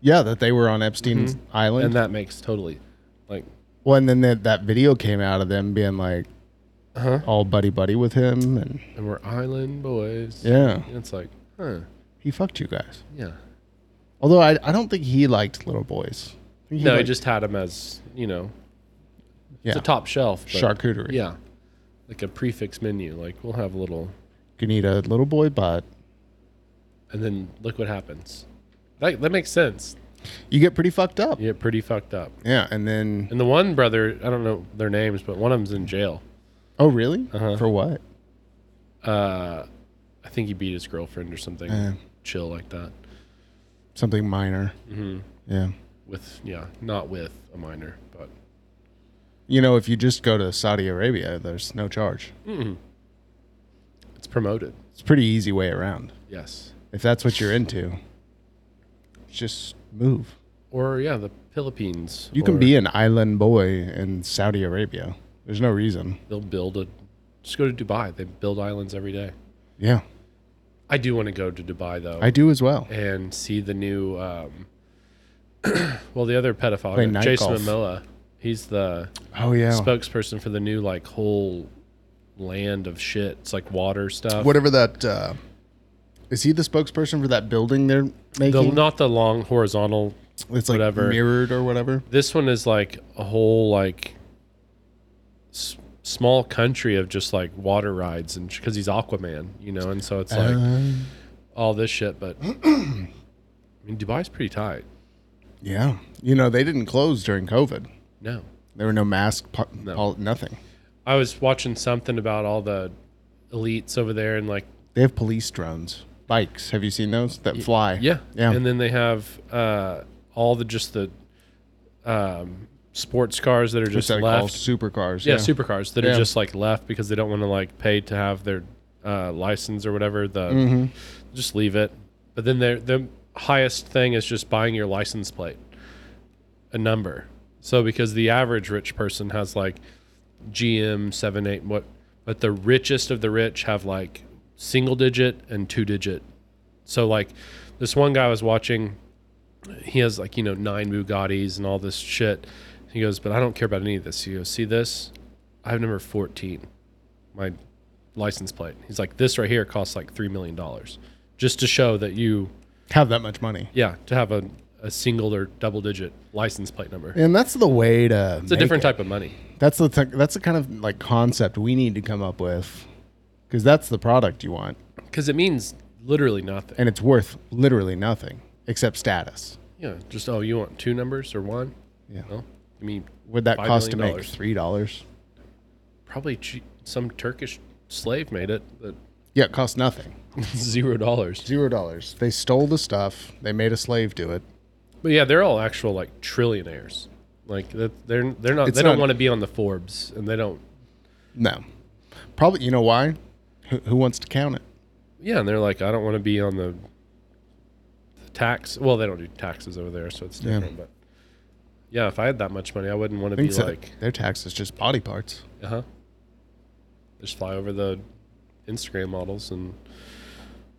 D: Yeah, that they were on Epstein's Island.
C: Mm-hmm. And that makes totally like
D: Well, and then that, that video came out of them being like all buddy buddy with him, and
C: and we're Island Boys.
D: yeah,
C: And it's like, huh.
D: he fucked you guys.
C: Yeah.
D: Although I, I don't think he liked little boys. I think he
C: No, I
D: liked
C: just had him as, you know,
D: yeah,
C: it's a top shelf. but-
D: charcuterie.
C: Yeah. Like a prefix menu. Like we'll have a little
D: you need a little boy butt.
C: and then look what happens. That that makes sense.
D: You get pretty fucked up.
C: You get pretty fucked up.
D: Yeah, and then
C: And the one brother, I don't know their names, but one of them's in jail.
D: oh really?
C: Uh-huh.
D: For what?
C: Uh, I think he beat his girlfriend or something. Chill like that.
D: Something minor.
C: Mm-hmm.
D: Yeah.
C: With yeah, not with a minor, but
D: You know, if you just go to Saudi Arabia, there's no charge.
C: it's promoted.
D: It's a pretty easy way around.
C: Yes.
D: If that's what you're into, just move.
C: Or yeah, the Philippines.
D: You can
C: or
D: be an island boy in Saudi Arabia. There's no reason.
C: They'll build a. Just go to Dubai. They build islands every day.
D: Yeah,
C: I do want to go to Dubai though,
D: I do as well.
C: and see the new. Um, [CLEARS THROAT] well, the other pedophile,
D: Play
C: guy,
D: night
C: Jason
D: golf.
C: Momoa. He's the
D: Oh yeah.
C: spokesperson for the new like whole land of shit. It's like water stuff.
D: Whatever that uh, is he the spokesperson for that building they're
C: the,
D: making?
C: not the long horizontal
D: it's like
C: whatever.
D: mirrored or whatever.
C: this one is like a whole like s- small country of just like water rides and because he's aquaman you know and so it's like all this shit but [CLEARS THROAT] i mean dubai's pretty tight
D: Yeah. You know they didn't close during COVID.
C: no
D: There were no mask, po- pol- nothing.
C: i was watching something about all the elites over there and like
D: They have police drones, bikes. Have you seen those that fly?
C: yeah
D: Yeah.
C: and then they have uh all the just the um sports cars that are
D: Which
C: just
D: they call
C: left
D: supercars.
C: yeah, supercars that
D: Yeah.
C: are just like left because they don't want to like pay to have their uh, license or whatever. The
D: Mm-hmm.
C: just leave it. But then their the highest thing is just buying your license plate, a number. So because the average rich person has like GM seven eight what, but the richest of the rich have like single digit and two digit. So like this one guy I was watching he has like you know nine Bugattis and all this shit. He goes, but I don't care about any of this. He goes, see this? I have number fourteen, my license plate. He's like, this right here costs like three million dollars, just to show that you
D: have that much money.
C: Yeah, to have a, a single or double digit license plate number.
D: And that's the way to.
C: It's a different type of money.
D: That's the th- that's the kind of like concept we need to come up with, because that's the product you want,
C: Because it means literally nothing.
D: and it's worth literally nothing except status.
C: yeah, just, oh, you want two numbers or one?
D: Yeah.
C: Well, I mean,
D: Would that
C: $5
D: cost to
C: million
D: make three dollars?
C: Probably che- some Turkish slave made it that
D: Yeah, it cost nothing.
C: [LAUGHS] zero dollars.
D: Zero dollars. They stole the stuff. They made a slave do it.
C: But yeah, they're all actual like trillionaires. Like that, they're they're not.
D: It's
C: they don't
D: not-
C: want to be on the Forbes, and they don't.
D: No, probably. You know why? Who, who wants to count it?
C: Yeah, and they're like, I don't want to be on the, the tax. Well, they don't do taxes over there, so it's different. But yeah, if I had that much money, I wouldn't want to
D: I think
C: be
D: so.
C: like,
D: their tax is just body parts.
C: uh huh. Just fly over the Instagram models and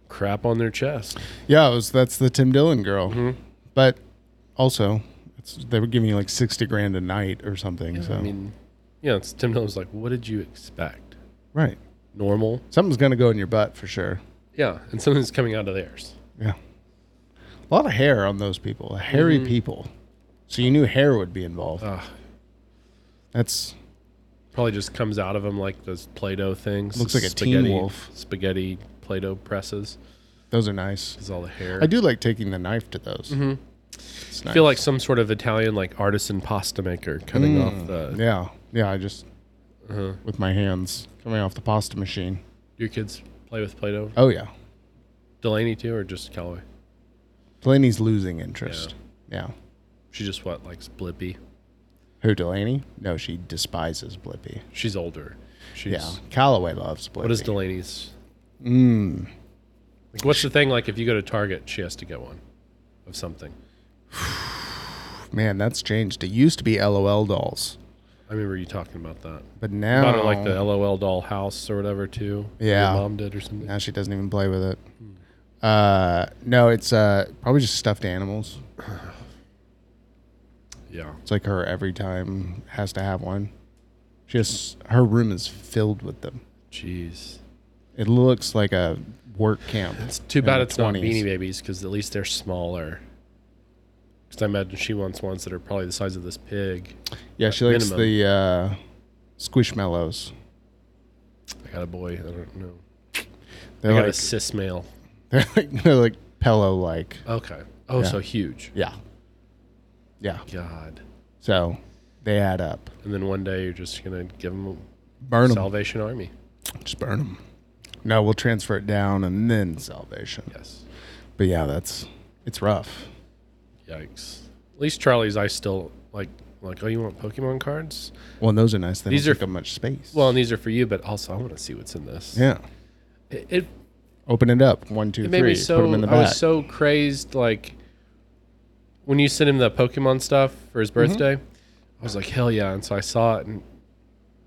C: crap on their chest.
D: Yeah, it was, that's the Tim Dillon girl.
C: Mm-hmm.
D: But also, it's, they were giving you like sixty grand a night or something. so
C: I mean, yeah, it's Tim Dillon's like, what did you expect?
D: right,
C: Normal.
D: something's gonna go in your butt for sure.
C: Yeah, and something's coming out of theirs.
D: Yeah, a lot of hair on those people. Hairy people. So you knew hair would be involved.
C: Mm-hmm. Ugh.
D: That's
C: Probably just comes out of them like those Play-Doh things.
D: Looks like a Teen
C: spaghetti,
D: Wolf.
C: Spaghetti Play-Doh presses
D: those are nice.
C: is all the hair.
D: I do like taking the knife to those. It's
C: I Mm-hmm. feel like
D: nice. Mm.
C: some sort of Italian like artisan pasta maker cutting off Uh-huh. the
D: yeah, yeah. I just with my hands coming off the pasta machine.
C: your kids play with Play-Doh.
D: Oh yeah,
C: Delaney too, or just Callaway?
D: Delaney's losing interest. Yeah.
C: She just what likes Blippy.
D: Who Delaney? No, she despises Blippi.
C: She's older. She's
D: Yeah, Callaway loves Blippi.
C: what is Delaney's? Mm. Like what's the thing like if you go to Target, she has to get one of something.
D: Man, that's changed. It used to be LOL dolls,
C: I remember you talking about that.
D: but
C: About
D: now
C: it, like the LOL doll house or whatever too.
D: Oh. Yeah.
C: Your mom did or something.
D: now she doesn't even play with it. Uh, no, it's uh probably just stuffed animals.
C: Yeah.
D: It's like her every time has to have one. She just her room is filled with them.
C: Jeez.
D: It looks like a work camp.
C: It's too
D: in
C: bad
D: the
C: it's not
D: 20s.
C: Beanie Babies because at least they're smaller. Because I imagine she wants ones that are probably the size of this pig.
D: Yeah, she likes
C: minimum.
D: the uh, squishmallows.
C: I got a boy. I don't know. I
D: They're
C: got a
D: like
C: cis male.
D: [LAUGHS] they're like they're like pillow like.
C: Okay. Oh,
D: Yeah.
C: so huge.
D: Yeah. Yeah.
C: God.
D: So they add up.
C: And then one day you're just gonna give them
D: Burn them.
C: Salvation Army.
D: Just burn them. No, we'll transfer it down and then salvation.
C: Yes.
D: But yeah, that's it's rough.
C: Yikes. At least Charlie's. I still like like. Oh, you want Pokemon cards?
D: Well, and those are nice. They
C: These
D: These
C: are-
D: don't take up much space.
C: Well, and these are for you, but also I want to see what's in this.
D: yeah.
C: It, it
D: Open it up. One, two,
C: It
D: three.
C: made me
D: Put
C: so.
D: them in the
C: I
D: back.
C: was so crazed. Like when you sent him the Pokemon stuff for his
D: Mm-hmm.
C: birthday, I was like, hell yeah! And so I saw it, and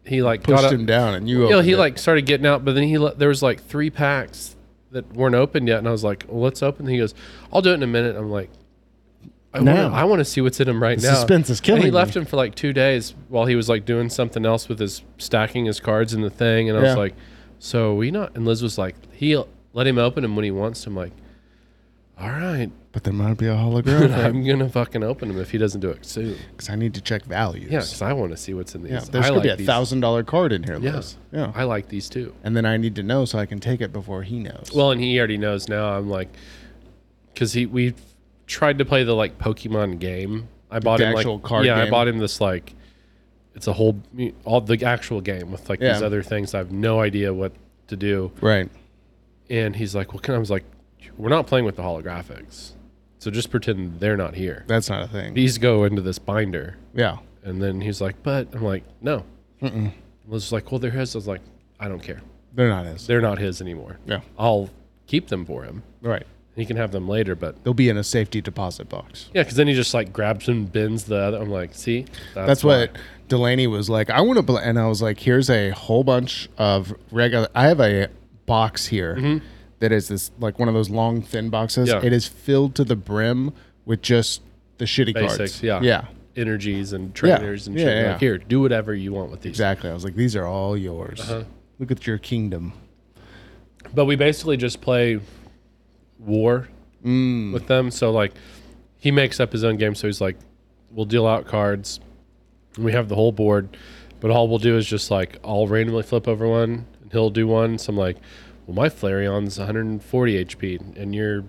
C: he like
D: pushed
C: got
D: him down, and you.
C: Yeah,
D: opened
C: he
D: it.
C: like started getting out, but then he let, there was like three packs that weren't opened yet, and I was like, well, let's open. He goes, I'll do it in a minute. I'm like. I
D: Now.
C: want, I want to see what's in him right
D: The
C: now.
D: suspense is
C: And
D: killing
C: he
D: me.
C: left him for like two days while he was like doing something else with his stacking his cards in the thing. And I
D: Yeah.
C: was like, "So we not?" And Liz was like, "He let him open him when he wants." to." I'm like, "All right,
D: But there might be
C: [LAUGHS]
D: a hologram
C: I'm gonna fucking open him if he doesn't do it soon.
D: because I need to check values.
C: Yeah, because I want to see what's in these.
D: Yeah,
C: I
D: there's gonna be
C: like
D: a
C: these.
D: thousand dollar card in here,
C: Yeah,
D: Liz. Yeah.
C: I like these too.
D: and then I need to know so I can take it before he knows.
C: Well, and he already knows now. I'm like, because he we tried to play the like Pokemon game. I bought
D: the
C: him
D: actual
C: like
D: card
C: yeah, I
D: game?
C: bought him this like it's a whole all the actual game with like these
D: Yeah.
C: other things. I have no idea what to do.
D: right.
C: And he's like, "Well, can I?" I was like, "We're not playing with the holographics, so just pretend they're not here.
D: That's not a thing.
C: These go into this binder."
D: yeah.
C: And then he's like, "But," I'm like, "No." I was like, "Well, they're his." I was like, "I don't care.
D: They're not his.
C: They're not his anymore.
D: Yeah.
C: I'll keep them for him.
D: right.
C: He can have them later, but
D: They'll be in a safety deposit box.
C: Yeah, because then he just like grabs and bends the other. I'm like, see,
D: That's
C: why.
D: what Delaney was like. I want to, bl-, and I was like, here's a whole bunch of regular. I have a box here that is this like one of those long thin boxes.
C: Mm-hmm. Yeah.
D: It is filled to the brim with just the shitty
C: basics.
D: cards.
C: Yeah,
D: yeah,
C: Energies and trainers and
D: Yeah,
C: shit.
D: yeah,
C: Like,
D: yeah.
C: here, do whatever you want with these.
D: exactly. I was like, these are all yours.
C: Uh-huh.
D: Look at your kingdom.
C: But we basically just play war
D: Mm.
C: with them. So like he makes up his own game. So he's like, we'll deal out cards. We have the whole board, but all we'll do is just like I'll randomly flip over one, and he'll do one. So I'm like, well, my Flareon's 140 HP, and your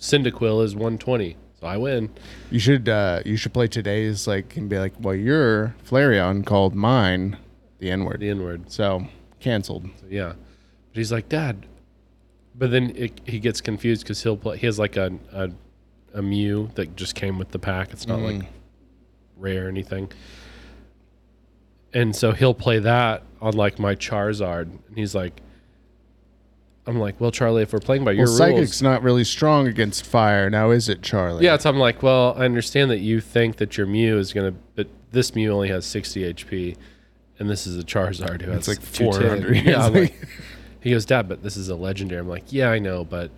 C: Cyndaquil is 120, so I win.
D: You should uh, you should play today's like and be like, well, your Flareon called mine the N
C: The
D: word,
C: N word.
D: so canceled.
C: Yeah. But he's like, Dad. But then it, he gets confused because he'll play. He has like a, a a Mew that just came with the pack. It's not
D: Mm.
C: like rare or anything. And so he'll play that on like my Charizard, and he's like, I'm like, well, Charlie, if we're playing by your
D: Well,
C: rules,
D: psychic's not really strong against fire now, is it, Charlie?
C: yeah. So I'm like, well, I understand that you think that your Mew is gonna, but this Mew only has 60 HP, and this is a Charizard who has
D: it's like
C: 210.
D: 400.
C: [LAUGHS] Yeah, I'm
D: It's like- [LAUGHS]
C: like, He goes, Dad, but this is a legendary. I'm like, Yeah, I know, but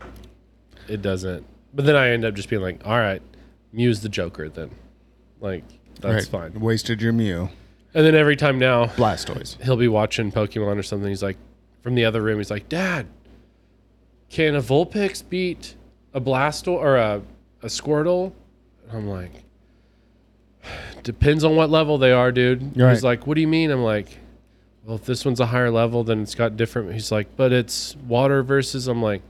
C: it doesn't. But then I end up just being like, All right, Mew's the Joker then. Like, that's
D: Right.
C: fine.
D: Wasted your Mew,
C: And then every time now,
D: Blastoise.
C: he'll be watching Pokemon or something. He's like, From the other room, he's like, Dad, can a Vulpix beat a Blasto or a, a Squirtle? And I'm like, Depends on what level they are, dude.
D: Right.
C: He's like, What do you mean? I'm like, well, if this one's a higher level, then it's got different. He's like, but it's water versus. I'm like,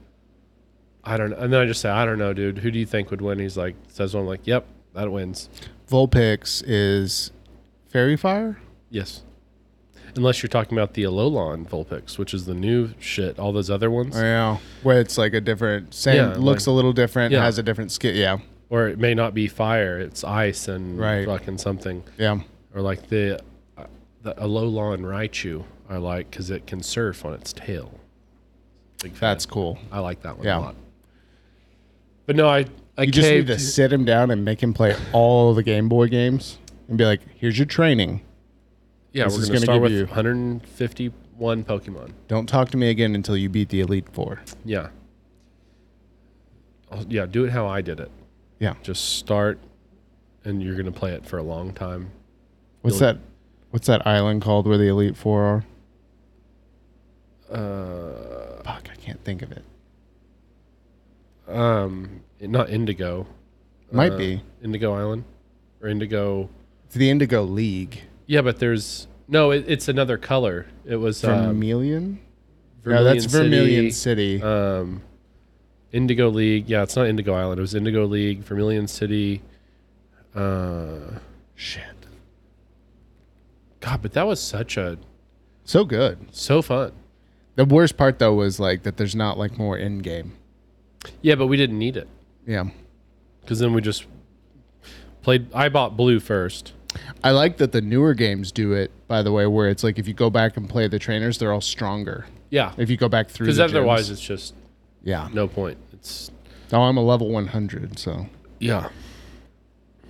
C: I don't know. And then I just say, I don't know, dude. Who do you think would win? He's like, says one. I'm like, yep, that wins.
D: Vulpix is fairy fire.
C: Yes. Unless you're talking about the Alolan Vulpix, which is the new shit. All those other ones.
D: Yeah, where it's like a different, same
C: Yeah,
D: looks
C: like-
D: a little different,
C: Yeah.
D: has a different skin. Yeah,
C: Or it may not be fire. It's ice and
D: Right.
C: fucking something.
D: yeah.
C: Or like the, uh, the Alolan Raichu I like because it can surf on its tail. Big fan.
D: That's cool.
C: I like that one a
D: Yeah.
C: lot. But no, I I
D: You just need
C: caved-
D: to sit him down and make him play all the Game Boy games and be like, "Here's your training.
C: Yeah,
D: This
C: we're
D: is
C: going to start
D: gonna give
C: with
D: you-
C: 151 Pokemon.
D: Don't talk to me again until you beat the Elite Four.
C: Yeah. Oh, Yeah, do it how I did it.
D: Yeah.
C: Just start, and you're going to play it for a long time.
D: What's that? What's that island called where the Elite Four are? Uh, fuck, I can't think of it.
C: Um, not Indigo.
D: Might
C: uh,
D: be
C: Indigo Island or Indigo.
D: it's the Indigo League.
C: Yeah, but there's no. It, it's another color. It was um,
D: Vermilion? no,
C: Vermilion
D: that's
C: City,
D: Vermilion City.
C: um, Indigo League. Yeah, it's not Indigo Island. It was Indigo League, Vermilion City. Uh,
D: Shit,
C: God, but that was such a
D: so good.
C: so fun.
D: The worst part though was like that. There's not like more in game.
C: Yeah, but we didn't need it
D: Yeah.
C: because then we just played. I bought blue first.
D: I like that the newer games do it, by the way, where it's like if you go back and play the trainers, they're all stronger.
C: Yeah,
D: If you go back through,
C: because
D: the
C: otherwise
D: gyms.
C: it's just
D: yeah.
C: no point. It's
D: Now I'm a level 100, so
C: yeah,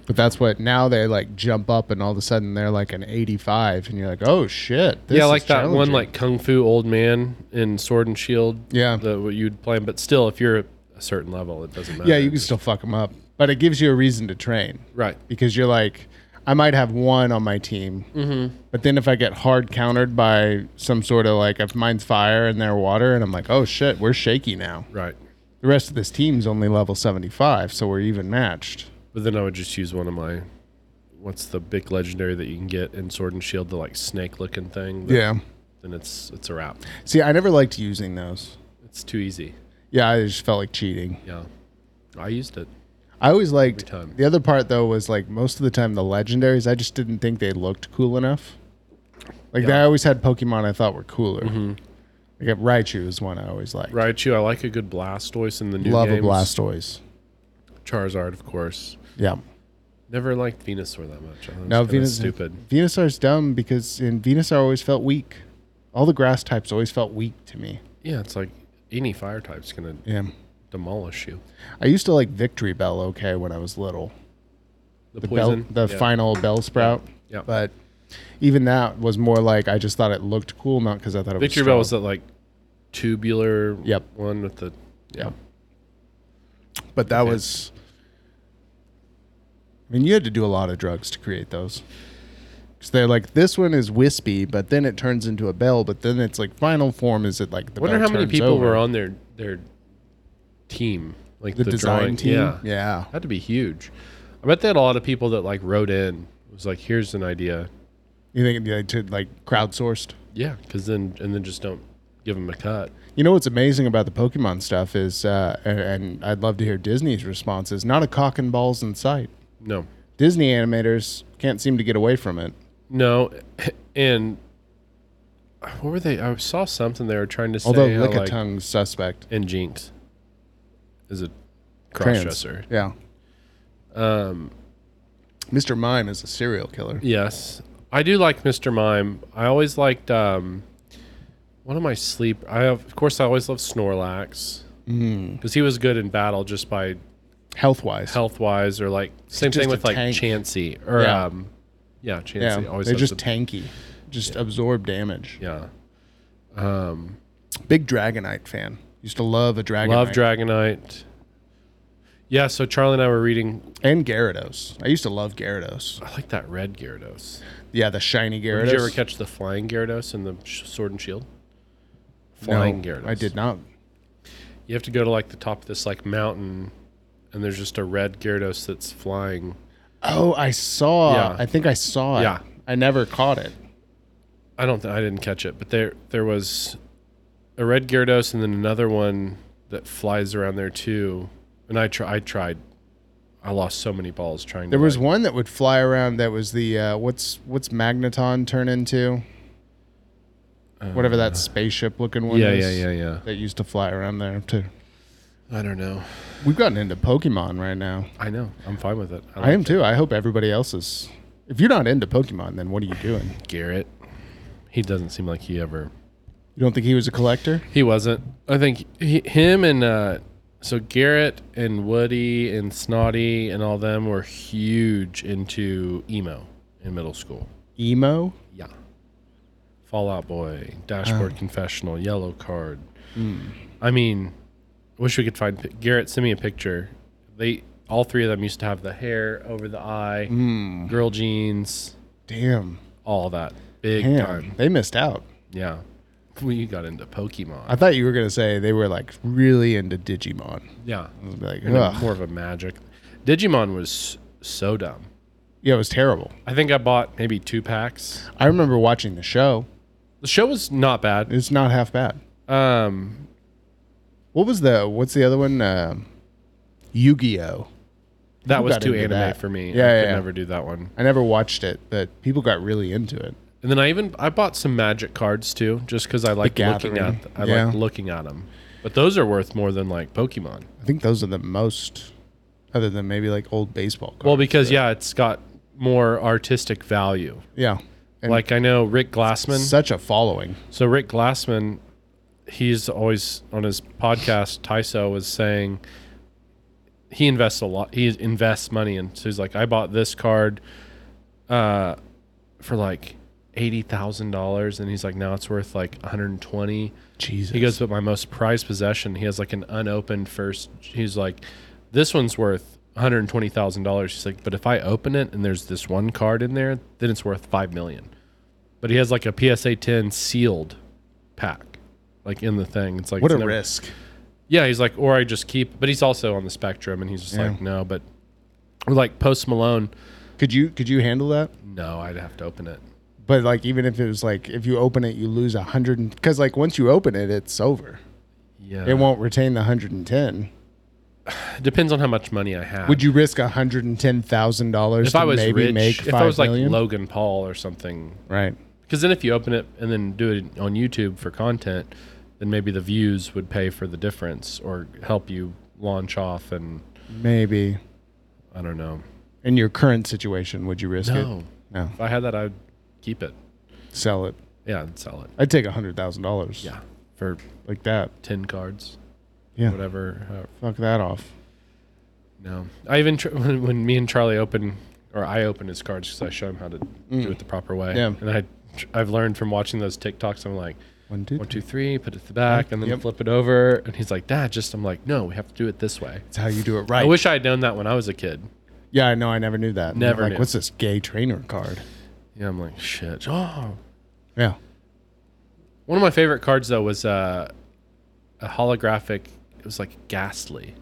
D: but that's what now they like jump up and all of a sudden they're like an 85, and you're like, oh shit, this
C: yeah,
D: is
C: like that one
D: challenging.
C: like kung fu old man in Sword and Shield.
D: Yeah.
C: the, what you'd play, but still, if you're at a certain level, it doesn't matter.
D: yeah, you can still fuck them up, but it gives you a reason to train,
C: right.
D: because you're like, I might have one on my team, but then if I get hard countered by some sort of like if mine's fire and they're water, and I'm like, oh shit, we're shaky now.
C: Right.
D: The rest of this team's only level 75, so we're even matched.
C: But then I would just use one of my what's the big legendary that you can get in Sword and Shield, the like snake looking thing. Then it's it's a wrap.
D: See, I never liked using those.
C: It's too easy.
D: Yeah, I just felt like cheating.
C: Yeah. I used it.
D: I always liked
C: Every time.
D: the other part though was like most of the time the legendaries, I just didn't think they looked cool enough. Like
C: Yeah. Mm-hmm.
D: I always had Pokemon I thought were cooler. Like uh, Raichu is one I always liked.
C: Raichu, I like a good Blastoise in the new
D: Love
C: games.
D: a Blastoise.
C: Charizard, of course.
D: Yeah.
C: Never liked Venusaur that much. I thought it
D: No,
C: was kinda
D: Venus
C: stupid.
D: Venusaur's dumb because in Venusaur always felt weak. All the grass types always felt weak to me.
C: Yeah, it's like any fire type's gonna
D: Yeah.
C: demolish you.
D: I used to like Victory Bell okay when I was little.
C: The,
D: the bell,
C: poison,
D: the
C: yeah.
D: final bell sprout.
C: Yeah.
D: But even that was more like I just thought it looked cool, not because I thought it
C: Victory Bell was
D: was. strong.
C: that like tubular
D: Yep.
C: one with the yeah.
D: but that was. I mean, you had to do a lot of drugs to create those. Because they're like this one is wispy, but then it turns into a bell, but then it's like final form is it like the.
C: Wonder
D: bell
C: how many
D: turns
C: people
D: over.
C: were on their their team. like
D: The,
C: the,
D: design
C: drawing.
D: team.
C: Yeah,
D: yeah.
C: had to be huge. I bet they had a lot of people that like wrote in. It was like, here's an idea.
D: You think it'd be like, to, like crowdsourced?
C: Yeah, because then and then just don't give them a cut.
D: You know what's amazing about the Pokemon stuff is, uh, and, and I'd love to hear Disney's responses. Not a cock and balls in sight.
C: No,
D: Disney animators can't seem to get away from it.
C: no, [LAUGHS] and what were they? I saw something they were trying to say.
D: Although
C: how,
D: lick a
C: like-
D: tongue suspect,
C: and Jinx is a
D: Trans.
C: crossdresser.
D: Yeah.
C: Um,
D: Um, Mr. Mime is a serial killer.
C: Yes, I do like Mr. Mime. I always liked um, one of my sleep. I have, of course, I always love Snorlax
D: Mm.
C: because he was good in battle just by
D: Health wise,
C: health wise or like same
D: just
C: thing
D: a
C: with like
D: tank.
C: Chansey or
D: Yeah.
C: um, yeah, Chansey.
D: yeah,
C: always
D: they're
C: has
D: just
C: the-
D: tanky, just absorb damage.
C: yeah.
D: Big Dragonite fan. Used to love a Dragonite.
C: Love Dragonite. Yeah, so Charlie and I were reading.
D: and Gyarados. I used to love Gyarados.
C: I like that red Gyarados.
D: Yeah, the shiny Gyarados.
C: Did you ever catch the flying Gyarados in the sh- Sword and Shield?
D: No,
C: Flying Gyarados.
D: I did not.
C: You have to go to like the top of this like mountain, and there's just a red Gyarados that's flying.
D: Oh, I saw.
C: Yeah.
D: I think I saw it.
C: Yeah.
D: I never caught it.
C: I don't. Th- I didn't catch it, but there there was a red Gyarados and then another one that flies around there too. And I try. I tried. I lost so many balls trying.
D: There
C: to
D: was
C: like-
D: one that would fly around. That was the uh, what's what's Magneton turn into? Whatever that spaceship looking one.
C: Uh, Yeah, yeah,
D: is
C: yeah, yeah.
D: That used to fly around there too.
C: I don't know.
D: We've gotten into Pokemon right now.
C: I know. I'm fine with it.
D: I am
C: like
D: too. I hope everybody else is. If you're not into Pokemon, then what are you doing?
C: Garrett. He doesn't seem like he ever.
D: You don't think he was a collector?
C: He wasn't. I think he, him and uh, so Garrett and Woody and Snotty and all them were huge into emo in middle school.
D: Emo?
C: Yeah. Fallout Boy, Dashboard Confessional, Yellow Card. I mean, wish we could find pi- Garrett. Send me a picture. They all three of them used to have the hair over the eye, girl jeans,
D: Damn.
C: all that big
D: Damn.
C: time.
D: They missed out.
C: Yeah. We got into Pokemon.
D: I thought you were gonna say they were like really into Digimon.
C: yeah.
D: Like,
C: and then
D: ugh.
C: more of a magic. Digimon was so dumb.
D: yeah, it was terrible.
C: I think I bought maybe two packs.
D: I remember watching the show.
C: The show was not bad.
D: It's not half bad.
C: Um,
D: What was the what's the other one? Uh, Yu-Gi-Oh.
C: that was
D: got
C: too
D: into
C: anime
D: that?
C: for me.
D: Yeah,
C: I
D: yeah,
C: could
D: yeah.
C: never do that one.
D: I never watched it, but people got really into it.
C: And then I even I bought some magic cards too, just because I like looking
D: Gathering.
C: at th- I
D: Yeah.
C: like looking at them. But those are worth more than like Pokemon.
D: I think those are the most, other than maybe like old baseball cards.
C: Well, because yeah, it's got more artistic value.
D: yeah, and
C: Like I know Rick Glassman.
D: such a following.
C: So Rick Glassman, he's always on his podcast. Tyso was saying he invests a lot. He invests money, and so he's like, I bought this card uh, for like eighty thousand dollars, and he's like, now it's worth like one hundred and twenty.
D: Jesus,
C: He goes, but my most prized possession, he has like an unopened first. He's like, this one's worth one hundred twenty thousand dollars. He's like, but if I open it and there's this one card in there, then it's worth five million. But he has like a PSA ten sealed pack, like in the thing. It's like
D: what
C: it's
D: a
C: never-
D: risk.
C: Yeah, he's like, or I just keep. But he's also on the spectrum, and he's just like, no. But like Post Malone,
D: Could you could you handle that?
C: no, I'd have to open it.
D: But like, even if it was like, if you open it, you lose a hundred, because like once you open it, it's over.
C: Yeah,
D: It won't retain the hundred and ten.
C: Depends on how much money I have.
D: Would you risk a hundred and ten thousand dollars
C: If
D: to
C: I was
D: maybe
C: rich,
D: make
C: if I was like
D: million?
C: Logan Paul or something,
D: right?
C: Because then if you open it and then do it on YouTube for content, then maybe the views would pay for the difference or help you launch off and
D: Maybe.
C: I don't know.
D: In your current situation, would you risk
C: No.
D: it? No.
C: If I had that I'd keep it.
D: Sell it.
C: Yeah, and sell it.
D: I'd take a hundred thousand dollars.
C: Yeah. For
D: Like that.
C: ten cards.
D: Yeah.
C: Whatever. Uh,
D: Fuck that off.
C: no. I even tr- [LAUGHS] when, when me and Charlie open or I open his cards because I show him how to do it the proper way.
D: Mm. Yeah.
C: And I tr- I've learned from watching those TikToks I'm like
D: One, two,
C: one, two, three, put it to the back, and then
D: Yep.
C: flip it over. And he's like, Dad, just, I'm like, no, we have to do it this way.
D: That's how you do it right.
C: I wish I had known that when I was a kid.
D: yeah, I know. I never knew that. And
C: Never
D: Like,
C: knew.
D: what's this gay trainer card?
C: Yeah, I'm like, shit. Oh.
D: Yeah.
C: One of my favorite cards though was uh, a holographic. It was like ghastly.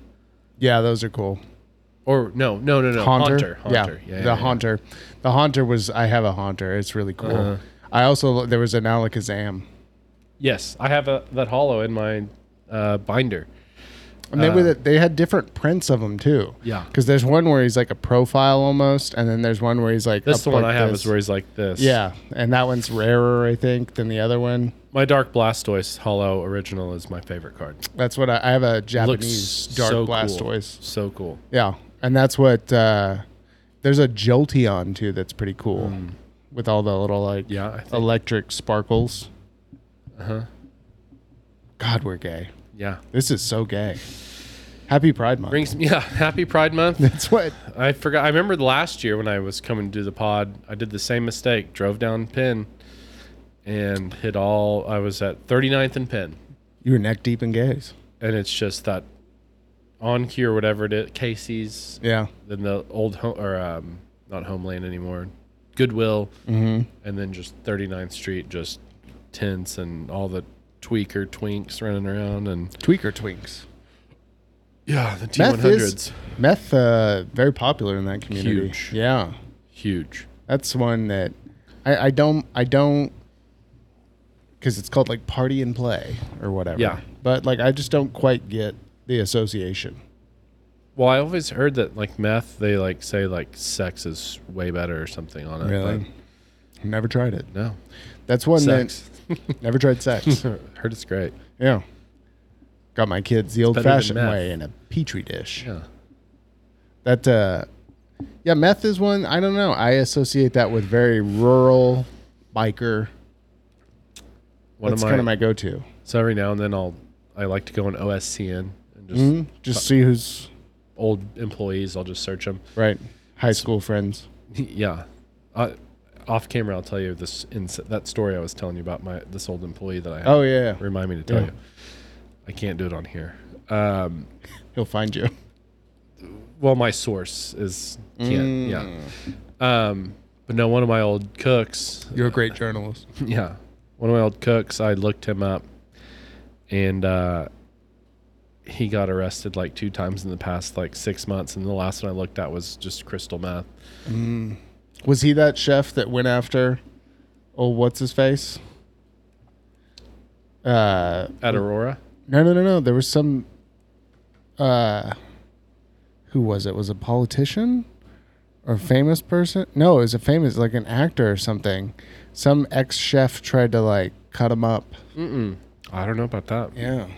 D: Yeah, those are cool.
C: Or no, no, no, no.
D: Haunter.
C: Haunter.
D: Yeah. the Haunter. The Haunter was I have a Haunter. It's really cool.
C: Uh-huh.
D: I also there was an Alakazam.
C: Yes, I have a, that hollow in my uh, binder.
D: And they, were, they had different prints of them too.
C: Uh. Yeah.
D: Because there's one where he's like a profile almost, and then there's one where he's like
C: That's
D: up
C: the one
D: like
C: I have
D: this.
C: is where he's like this.
D: Yeah, and that one's rarer, I think, than the other one.
C: My Dark Blastoise Hollow original is my favorite card.
D: That's what I, I have a
C: Looks
D: Japanese dark
C: so cool.
D: Blastoise.
C: So cool.
D: Yeah, and that's what uh, there's a Jolteon too. That's pretty cool with all the little like
C: Yeah, I think-
D: electric sparkles. Uh huh. God, we're gay.
C: Yeah.
D: This is so gay. Happy Pride Month.
C: Brings [LAUGHS] yeah, happy Pride Month.
D: [LAUGHS] that's what.
C: I forgot I remembered last year when I was coming to the pod, I did the same mistake, drove down pin and hit all I was at 39th and pin.
D: You were neck deep in gays.
C: And it's just that on cue or whatever it is, Casey's
D: Yeah.
C: then the old home or um, not homeland anymore goodwill and then just 39th street just tents and all the tweaker twinks running around and
D: Tweaker Twinks.
C: yeah the
D: Meth
C: t100s
D: is meth uh, very popular in that community.
C: Huge.
D: Yeah,
C: huge
D: that's one that I, I don't I don't because it's called like party and play or whatever.
C: Yeah.
D: but like I just don't quite get the association.
C: well i always heard that like meth they like say like sex is way better or something on it
D: Really, never tried it.
C: but no
D: That's one
C: sex
D: that [LAUGHS] never tried
C: [LAUGHS]
D: sex.
C: heard it's great
D: yeah, got my kids the old
C: better than
D: fashioned
C: meth.
D: way in a petri dish.
C: yeah
D: That uh, yeah, meth is one. I don't know. I associate that with very rural biker.
C: one
D: That's
C: of
D: kind
C: my,
D: of my go-to.
C: so every now and then i'll i like to go on oscn and just
D: Mm-hmm. Just see who's
C: old employees i'll just search them
D: right. High school friends.
C: [LAUGHS] Yeah. Uh, off camera, I'll tell you this ins- that story I was telling you about my this old employee that I had.
D: Oh yeah, yeah.
C: Remind me to tell
D: Yeah.
C: you. I can't do it on here.
D: he'll find you.
C: Well, my source is can't.
D: Mm.
C: Yeah. Um, but no, one of my old cooks.
D: You're a great journalist.
C: Yeah. One of my old cooks. I looked him up, and uh, he got arrested like two times in the past like six months. And the last one I looked at was just crystal meth.
D: Was he that chef that went after? Oh, what's his face? Uh,
C: At Aurora,
D: no, no, no, no. There was some. Uh, who was it? Was it a politician or a famous person? No, it was a famous, like an actor or something. Some ex chef tried to like cut him up.
C: I don't know about that.
D: Yeah.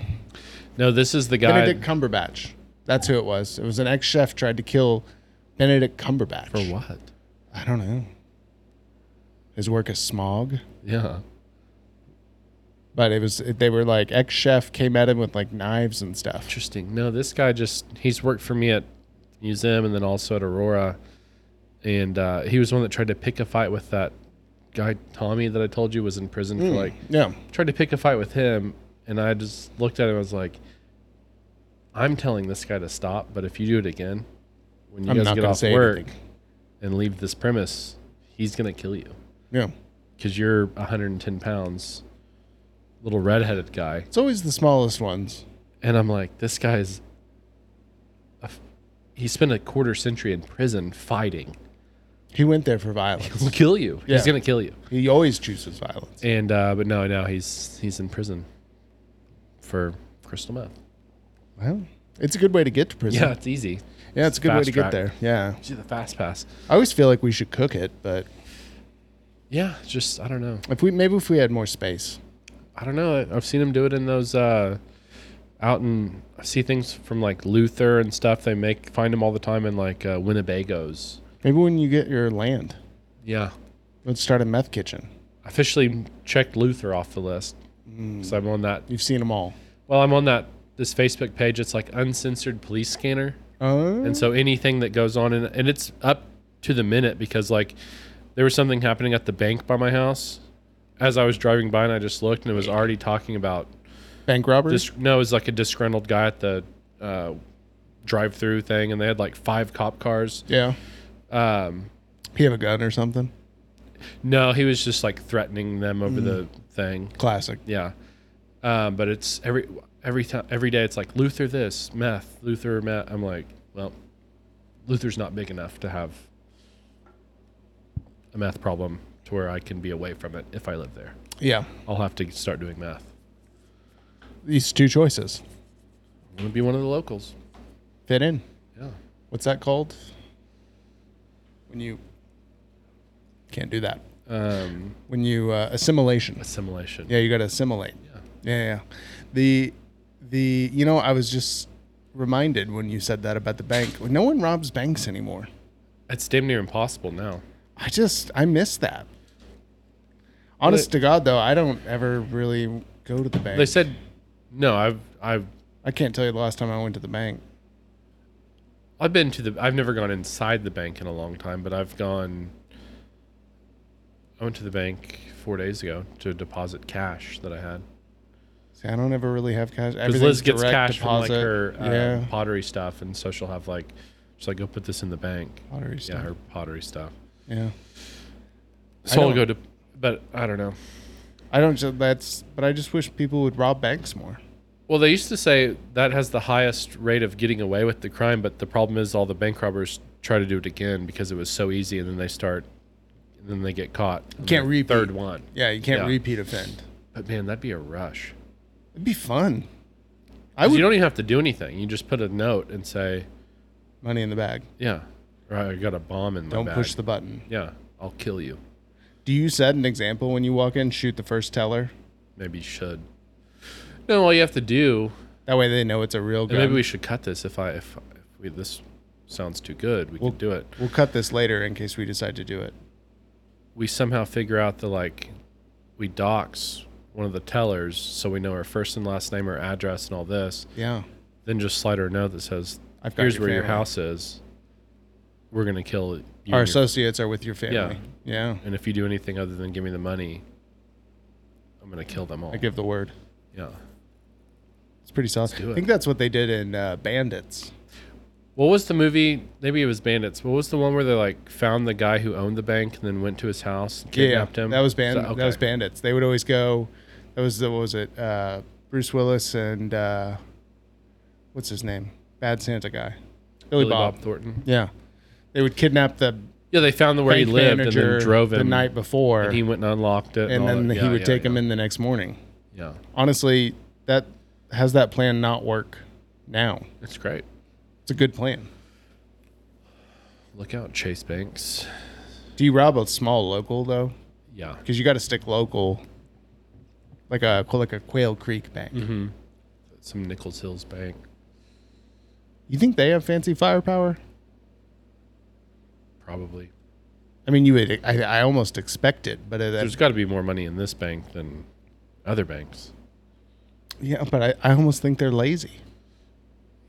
C: No, this is the guy.
D: Benedict Cumberbatch. That's who it was. It was an ex-chef tried to kill Benedict Cumberbatch.
C: For what?
D: I don't know. His work is smog,
C: Yeah.
D: but it was they were like ex-chef came at him with like knives and stuff.
C: Interesting. No, this guy just he's worked for me at museum and then also at Aurora, and uh, he was the one that tried to pick a fight with that guy Tommy that I told you was in prison
D: Hmm.
C: for like
D: Yeah.
C: tried to pick a fight with him, and I just looked at him. and was like, I'm telling this guy to stop, but if you do it again, when you
D: I'm
C: guys
D: not
C: get
D: gonna
C: off
D: say
C: work
D: anything.
C: and leave this premise, he's gonna kill you
D: Yeah.
C: because you're 110 pounds, little redheaded guy.
D: It's always the smallest ones.
C: And I'm like, this guy's. a f- he spent a quarter century in prison fighting.
D: He went there for violence.
C: [LAUGHS] He'll kill you.
D: Yeah.
C: He's gonna kill you.
D: he always chooses violence.
C: And uh, but no, now he's he's in prison for crystal meth.
D: Well, it's a good way to get to prison.
C: Yeah, it's easy.
D: Yeah, it's a good way
C: Fast
D: to
C: track.
D: get there. Yeah.
C: See the fast pass.
D: I always feel like we should cook it, but
C: Yeah, just I don't know.
D: if we maybe if we had more space.
C: I don't know. I've seen him do it in those uh, out in. I see things from like Luther and stuff. They make find him all the time in like uh, Winnebago's.
D: Maybe when you get your land,
C: Yeah,
D: let's start a meth kitchen.
C: officially checked Luther off the list. So I'm on that
D: You've seen them all.
C: Well, I'm on that this Facebook page. It's like uncensored police scanner,
D: Oh.
C: and so anything that goes on, in, and it's up to the minute because like there was something happening at the bank by my house. As I was driving by, and I just looked, and it was already talking about
D: Bank robbers?
C: this. No, it was like a disgruntled guy at the uh, drive-through thing, and they had like five cop cars.
D: yeah. Um, he had a gun or something.
C: No, he was just like threatening them over the thing.
D: Classic.
C: Yeah, um, but it's every every time, every day, it's like Luther this, meth, Luther meth. I'm like, well, Luther's not big enough to have a meth problem to where I can be away from it if I live there.
D: Yeah.
C: I'll have to start doing meth.
D: These two choices
C: I'm gonna be one of the locals.
D: fit in.
C: Yeah.
D: What's that called? When you can't do that.
C: Um,
D: When you uh, assimilation.
C: assimilation.
D: Yeah, you got to assimilate. Yeah. yeah, yeah. The the you know I was just reminded when you said that about the bank. No one robs banks anymore.
C: It's damn near impossible now.
D: I just I miss that. Honest to God, though, I don't ever really go to the bank.
C: They said, no, I've I've
D: I can't tell you the last time I went to the bank.
C: I've been to the. I've never gone inside the bank in a long time, but I've gone. I went to the bank four days ago to deposit cash that I had
D: See, I don't ever really have cash.
C: because Liz gets
D: direct
C: cash from like
D: deposit.
C: her uh,
D: yeah,
C: pottery stuff, and so she'll have like, she's like, go put this in the bank.
D: pottery
C: Yeah,
D: stuff.
C: her pottery stuff.
D: yeah.
C: So I'll
D: don't-
C: go to, but I don't know.
D: I don't. ju- That's. But I just wish people would rob banks more.
C: Well, they used to say that has the highest rate of getting away with the crime, but the problem is all the bank robbers try to do it again because it was so easy, and then they start, and then they get caught. and
D: Can't
C: the
D: repeat.
C: third one.
D: Yeah, you can't
C: Yeah.
D: repeat offend.
C: But man, that'd be a rush.
D: It'd be fun. I
C: 'Cause
D: would
C: you don't even have to do anything. You just put a note and say,
D: money in the bag.
C: "Yeah, right, I got a bomb in my
D: Don't
C: bag.
D: push the button.
C: Yeah, I'll kill you.
D: Do you set an example when you walk in? Shoot the first teller.
C: Maybe you should. No, all you have to do,
D: That way they know it's a real
C: and
D: gun.
C: maybe we should cut this. If I if, if we, this sounds too good, we can do it.
D: We'll cut this later in case we decide to do it.
C: We somehow figure out the like, we dox one of the tellers so we know her first and last name, her address, and all this.
D: Yeah.
C: Then just slide her a note that says,
D: I've got
C: "Here's
D: your
C: where your
D: family."
C: house is. We're gonna kill you. and
D: Our
C: your
D: associates are with your family. Yeah.
C: and if you do anything other than give me the money, I'm gonna kill them all.
D: I give the word.
C: yeah.
D: It's pretty saucy.
C: do
D: I
C: it.
D: think that's what they did in uh, Bandits.
C: What was the movie? Maybe it was Bandits. What was the one where they like found the guy who owned the bank and then went to his house and kidnapped him?
D: That was
C: banned.
D: band. That was Bandits. They would always go. That was the what was it? Uh, Bruce Willis and uh, what's his name? Bad Santa guy,
C: Billy
D: Billy, Bob.
C: Bob Thornton.
D: Yeah, they would kidnap the
C: Yeah, they found the where he
D: bank
C: lived and
D: manager
C: then drove him
D: the night before,
C: And he went and unlocked it,
D: and
C: all
D: then
C: that.
D: he
C: Yeah,
D: would
C: yeah,
D: take
C: yeah.
D: him in the next morning.
C: Yeah,
D: Honestly, that has that plan not work now?
C: it's great.
D: It's a good plan.
C: Look out, Chase Banks.
D: Do you rob a small local though?
C: Yeah,
D: Because you got to stick local, like a like a Quail Creek bank.
C: some Nichols Hills Bank.
D: You think they have fancy firepower?
C: Probably.
D: I mean, you would. I, I almost expected, but uh, it,
C: There's got to be more money in this bank than other banks.
D: yeah, but I, I almost think they're lazy.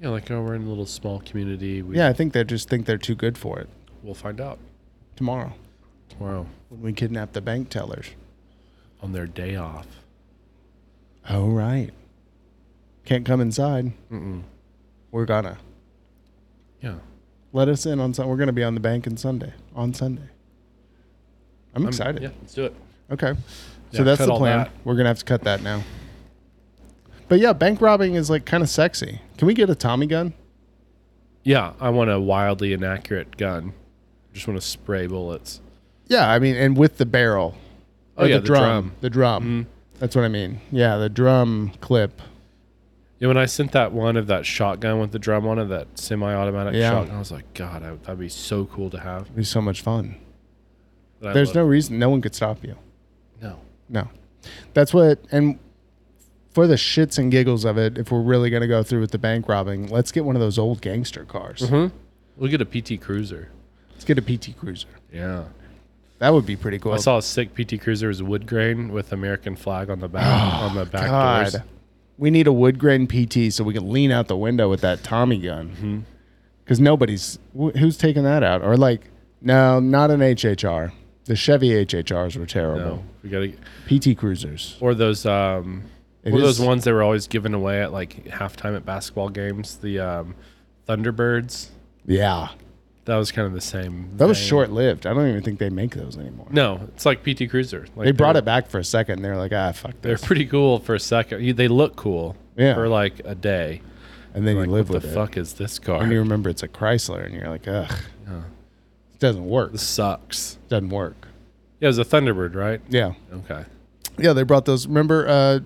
C: Yeah, like oh, we're in a little small community. We,
D: Yeah, I think they just think they're too good for it.
C: we'll find out
D: Tomorrow,
C: tomorrow.
D: when we kidnap the bank tellers.
C: on their day off.
D: Oh right, can't come inside. Mm-mm. We're gonna
C: Yeah.
D: let us in on Sun. We're gonna be on the bank on Sunday. On Sunday, I'm excited.
C: Yeah, let's do it.
D: Okay.
C: Yeah,
D: so that's
C: cut
D: the
C: all
D: plan.
C: that.
D: We're gonna have to cut that now. But yeah, bank robbing is like kind of sexy. Can we get a Tommy gun?
C: Yeah, I want a wildly inaccurate gun. Just want to spray bullets.
D: Yeah, I mean, and with the barrel.
C: Oh, yeah, the drum. Mm-hmm.
D: The drum. That's what I mean. Yeah, the drum clip.
C: Yeah, when I sent that one of that shotgun with the drum on it, that semi-automatic
D: Yeah.
C: shotgun, I was like, God, I, that'd be so cool to have.
D: It'd be so much fun.
C: But I
D: There's no
C: love-
D: reason no one could stop you.
C: no.
D: No. That's what and for the shits and giggles of it, if we're really gonna go through with the bank robbing, let's get one of those old gangster cars.
C: Mm-hmm. We'll get a PT Cruiser.
D: Let's get a PT Cruiser.
C: Yeah,
D: That would be pretty cool.
C: I saw a sick PT Cruiser was wood grain with American flag on the back on the back
D: God.
C: doors.
D: We need a wood grain PT so we can lean out the window with that Tommy
C: Mm-hmm.
D: gun. Because nobody's wh- who's taking that out or like no, not an HHR. The Chevy HHRs were
C: No,
D: terrible.
C: we gotta
D: PT Cruisers.
C: or those um,
D: It
C: or those
D: is-
C: ones they were always giving away at like halftime at basketball games. The um, Thunderbirds.
D: Yeah,
C: That was kind of the same.
D: that was
C: vein.
D: short lived. I don't even think they make those anymore.
C: No, it's like PT Cruiser. Like
D: they brought
C: they're-
D: it back for a second. They're like, ah, fuck
C: They're
D: this.
C: pretty cool for a second. You- They look cool,
D: Yeah.
C: for like a day.
D: and then
C: Like,
D: you live
C: what
D: with
C: the
D: it.
C: fuck is this
D: And you
C: car?
D: remember it's a Chrysler, and you're like, ugh, it doesn't work.
C: This sucks.
D: doesn't work.
C: Yeah, it was a Thunderbird, right?
D: Yeah,
C: Okay.
D: yeah. They brought those. Remember, uh,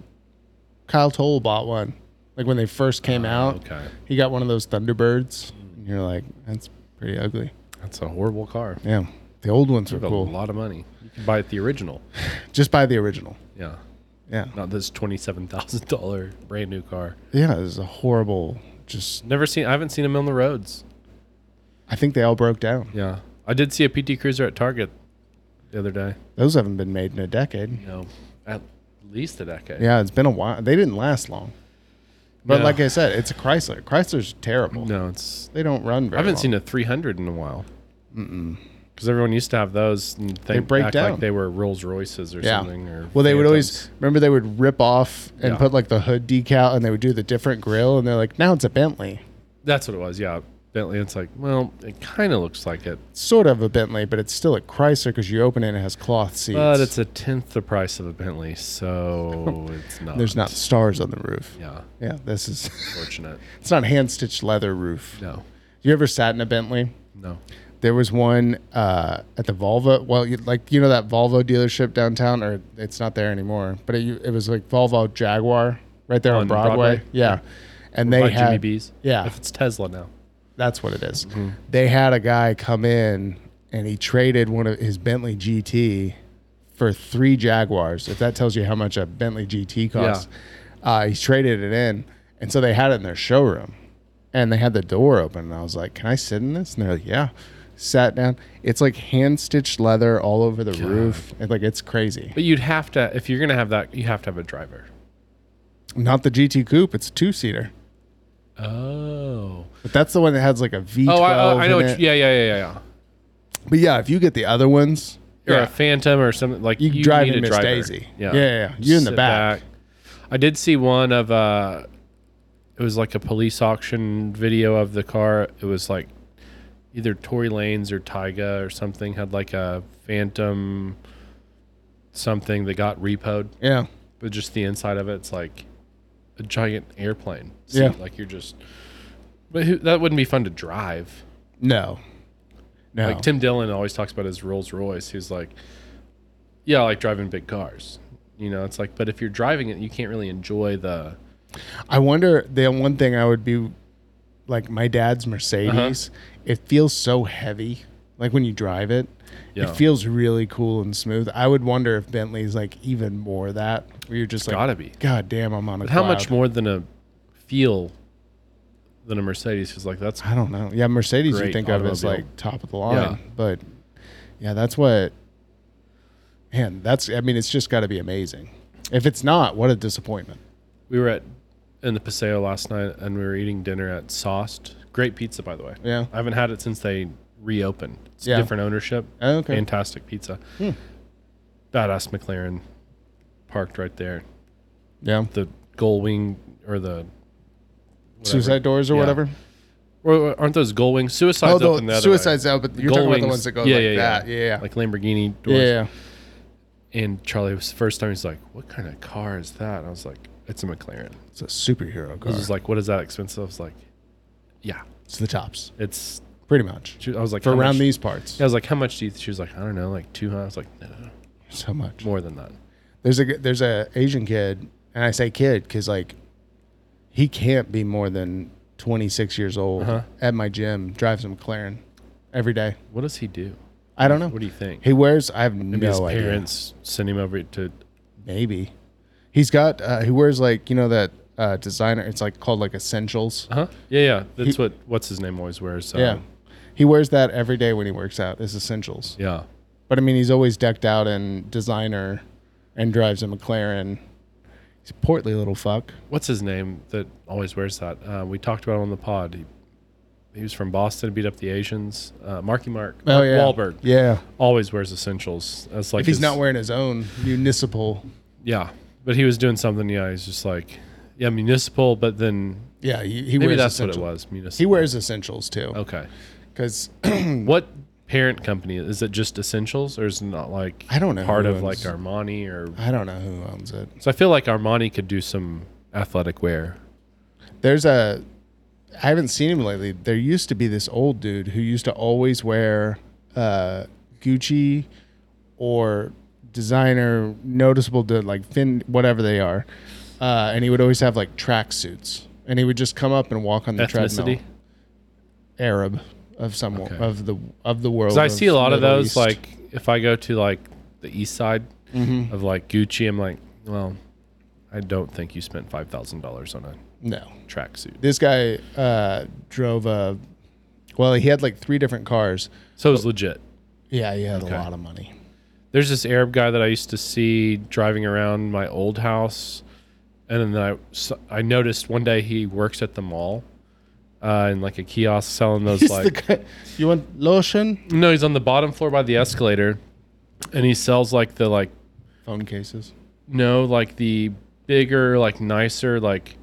D: Kyle Toll bought one. Like when they first came out,
C: Okay.
D: he got one of those Thunderbirds. And you're like, that's pretty ugly.
C: That's a horrible car.
D: Yeah, the old ones were
C: It's a
D: cool.
C: lot of money. You can buy it the original.
D: Just buy the original.
C: Yeah.
D: Yeah,
C: Not this twenty-seven thousand dollar brand new car.
D: yeah. It was a horrible. Just
C: Never seen. I haven't seen them on the roads.
D: I think they all broke down.
C: Yeah, I did see a PT Cruiser at Target the other day.
D: Those haven't been made in a decade.
C: You know, at least a decade.
D: Yeah, it's been a while. They didn't last long. But
C: No.
D: like I said, it's a Chrysler. Chrysler's terrible.
C: No, it's.
D: They don't run very
C: I haven't
D: well.
C: seen a three hundred in a while. Mm. Because everyone used to have those and think,
D: break
C: act
D: down.
C: like they were Rolls Royces or something. Or
D: well, they would always
C: Phantoms.
D: remember they would rip off and
C: Yeah.
D: put like the hood decal, and they would do the different grill, and they're like, now it's a Bentley,
C: That's what it was. Yeah, Bentley. It's like, well, it kind of looks like it,
D: It's sort of a Bentley, but it's still a Chrysler because you open it and it has cloth seats.
C: but it's a tenth the price of a Bentley,
D: [LAUGHS]
C: so it's not.
D: there's not stars on the roof.
C: Yeah,
D: Yeah, this is [LAUGHS]
C: fortunate.
D: it's not hand stitched leather roof.
C: No,
D: You ever sat in a Bentley?
C: no.
D: There was one uh, at the Volvo. Well, you, like you know that Volvo dealership downtown, or it's not there anymore. But it, it was like Volvo Jaguar right there on,
C: On
D: Broadway.
C: Broadway?
D: Yeah, and they
C: By
D: had
C: Jimmy B's.
D: Yeah,
C: If it's Tesla now.
D: that's what it is.
C: Mm-hmm.
D: They had a guy come in and he traded one of his Bentley GT for three Jaguars. If that tells you how much a Bentley GT costs, uh, he traded it in, and so they had it in their showroom, and they had the door open, and I was like, "Can I sit in this?" And they're like, "Yeah." Sat down. It's like hand stitched leather all over the roof. It, like it's crazy.
C: But you'd have to, if you're gonna have that, you have to have a driver.
D: Not the GT coupe. It's two seater.
C: Oh.
D: But that's the one that has like a V12.
C: Oh, I, I know.
D: in
C: What
D: it.
C: you, yeah, yeah, yeah, yeah, yeah.
D: But yeah, if you get the other ones,
C: Or
D: yeah.
C: a Phantom or something like
D: You
C: you
D: drive
C: need
D: in
C: a
D: Miss
C: driver.
D: Daisy.
C: Yeah,
D: Yeah, yeah, yeah. You in the
C: Sit
D: back.
C: I did see one of uh, it was like a police auction video of the car. It was like either Tory Lanes or Tyga or something had like a Phantom something that got repoed.
D: Yeah.
C: but just the inside of it's like a giant airplane.
D: Yeah.
C: like you're just. But who, that wouldn't be fun to drive.
D: No. No.
C: Like Tim Dillon always talks about his Rolls Royce. He's like, yeah, I like driving big cars. You know, it's like, but if you're driving it, you can't really enjoy the.
D: I wonder the one thing I would be like my dad's
C: Uh-huh.
D: Mercedes, it feels so heavy. Like when you drive it.
C: Yeah.
D: It feels really cool and smooth. I would wonder if Bentley's like even more that where you're just like
C: Gotta be.
D: God damn, I'm on a
C: But how much
D: cloud."
C: more than a feel than a Mercedes? Because like that's
D: I don't know. Yeah, Mercedes you
C: Great
D: think of as
C: automobile.
D: like top of the line.
C: Yeah.
D: But yeah, that's what man, that's I mean, it's just gotta be amazing. If it's not, what a disappointment.
C: we were at in the Paseo last night and we were eating dinner at Sauced. Great pizza, by the way.
D: Yeah.
C: I haven't had it since they reopened. It's
D: Yeah.
C: different ownership.
D: Oh, okay. Hmm.
C: Fantastic pizza. Badass McLaren parked right there.
D: Yeah.
C: The goal wing or the
D: Suicide doors or
C: Yeah.
D: whatever.
C: or, aren't those goal wings? Suicide's
D: Oh,
C: open the
D: the
C: other
D: suicide's
C: way.
D: out, but you're
C: Goal
D: talking about the
C: wings-
D: ones that go
C: yeah,
D: like
C: yeah,
D: that. Yeah, yeah.
C: Like Lamborghini
D: yeah,
C: doors.
D: yeah.
C: And Charlie was the first time he's like, "What kind of car is that?" And I was like, "It's a McLaren."
D: It's a superhero car.
C: He was like, "What is that expensive?" I was like, "Yeah,
D: it's the tops,
C: it's."
D: pretty much.
C: she- I was like,
D: For
C: "How
D: around
C: much?"
D: these parts,
C: I was like, "How much do you?" She was like, "I don't know, like 200." I was like, "No, no, no,
D: so much.
C: more than that."
D: There's a there's a Asian kid, and I say kid because like he can't be more than 26 years old at my gym. Drives a McLaren every day.
C: What does he do?
D: I don't know.
C: What do you think?
D: He wears. I have
C: Maybe
D: no
C: his
D: idea.
C: parents send him over to.
D: Maybe he's got. Uh, he wears like you know that uh, designer. It's like called like essentials.
C: Huh? Yeah, yeah. That's what what's his name always wears. Um,
D: Yeah. He wears that every day when he works out. His essentials.
C: yeah.
D: But I mean, he's always decked out in designer and drives a McLaren. He's a portly little fuck.
C: What's his name that always wears that? Uh, we talked about him on the pod. He, he was from Boston, beat up the Asians. Uh, Marky Mark. Mark Wahlberg.
D: Oh, Yeah.
C: Always wears essentials. That's like
D: If he's
C: his-
D: not wearing his own municipal.
C: Yeah, but he was doing something. Yeah, he's just like, yeah, municipal. But then
D: Yeah, he, he
C: maybe
D: wears
C: that's what it
D: essentials.
C: was. Oh. Municipal.
D: He wears essentials too.
C: Okay.
D: [CLEARS THROAT] Because
C: What parent company is it? Just Essentials, or is it not like
D: I don't know
C: part
D: who
C: of like
D: owns-
C: Armani or?
D: I don't know who owns it.
C: So I feel like Armani could do some athletic wear.
D: There's a I haven't seen him lately. There used to be this old dude who used to always wear uh, Gucci or designer noticeable to like fin whatever they are, uh, and he would always have like track suits, and he would just come up and walk on the treadmill.
C: Ethnicity.
D: Arab of some of the of the world.
C: Because I
D: of
C: see a lot of
D: Middle
C: those.
D: East.
C: Like if I go to like the east side
D: Mm-hmm.
C: of like Gucci, I'm like, well, I don't think you spent five thousand dollars on a
D: no,
C: tracksuit.
D: this guy uh, drove a. Well, he had like three different cars.
C: So
D: Oh.
C: it's legit.
D: Yeah, he had
C: Okay.
D: a lot of money.
C: There's this Arab guy that I used to see driving around my old house, and then I s- I noticed one day he works at the mall, uh, in like a kiosk selling those
D: He's
C: like
D: the guy. You want lotion?
C: no, he's on the bottom floor by the escalator, and he sells like the like
D: Phone cases.
C: No, like the bigger, like nicer, like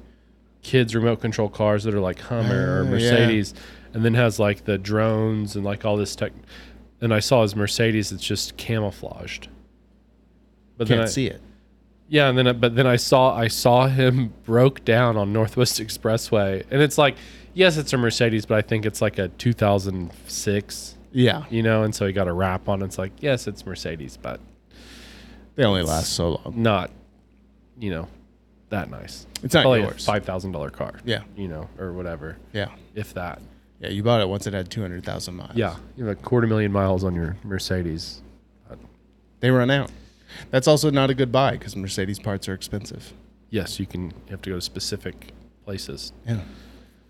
C: kids remote control cars that are like Hummer or
D: Ah, yeah.
C: Mercedes, and then has like the drones and like all this tech. And I saw his Mercedes; it's just camouflaged. But
D: Can't
C: then I,
D: see it.
C: Yeah, and then I- but then I saw I saw him [LAUGHS] broke down on Northwest Expressway, and it's like, yes, it's a Mercedes, but I think it's like a 2006,
D: Yeah,
C: you know. And so he got a wrap on. It's like, yes, it's Mercedes, but
D: they only last so long.
C: not, you know, that nice.
D: It's not
C: Probably
D: yours.
C: a five thousand dollar car.
D: Yeah.
C: you know, or whatever,
D: Yeah,
C: if that.
D: yeah. You bought it once it had two hundred thousand miles.
C: Yeah, you have a quarter million miles on your Mercedes.
D: they run out. That's also not a good buy because Mercedes parts are expensive.
C: Yes, you can. You have to go to specific places.
D: Yeah.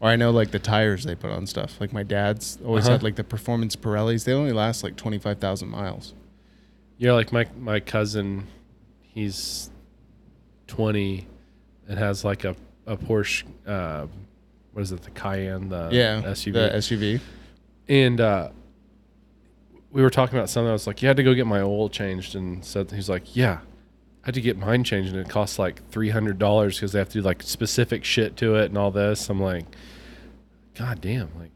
D: Or I know like the tires they put on stuff. Like my dad's always
C: Uh-huh.
D: had like the performance Pirellis. They only last like twenty five thousand miles.
C: You're like my my cousin. He's twenty, and has like a a Porsche. Uh, what is it? The Cayenne, the
D: Yeah,
C: SUV.
D: The SUV.
C: and uh, we were talking about something. I was like, "You had to go get my oil changed," and said he's like, "Yeah, I had to get mine changed, and it costs like three hundred dollars because they have to do like specific shit to it and all this." I'm like, "God damn!" Like,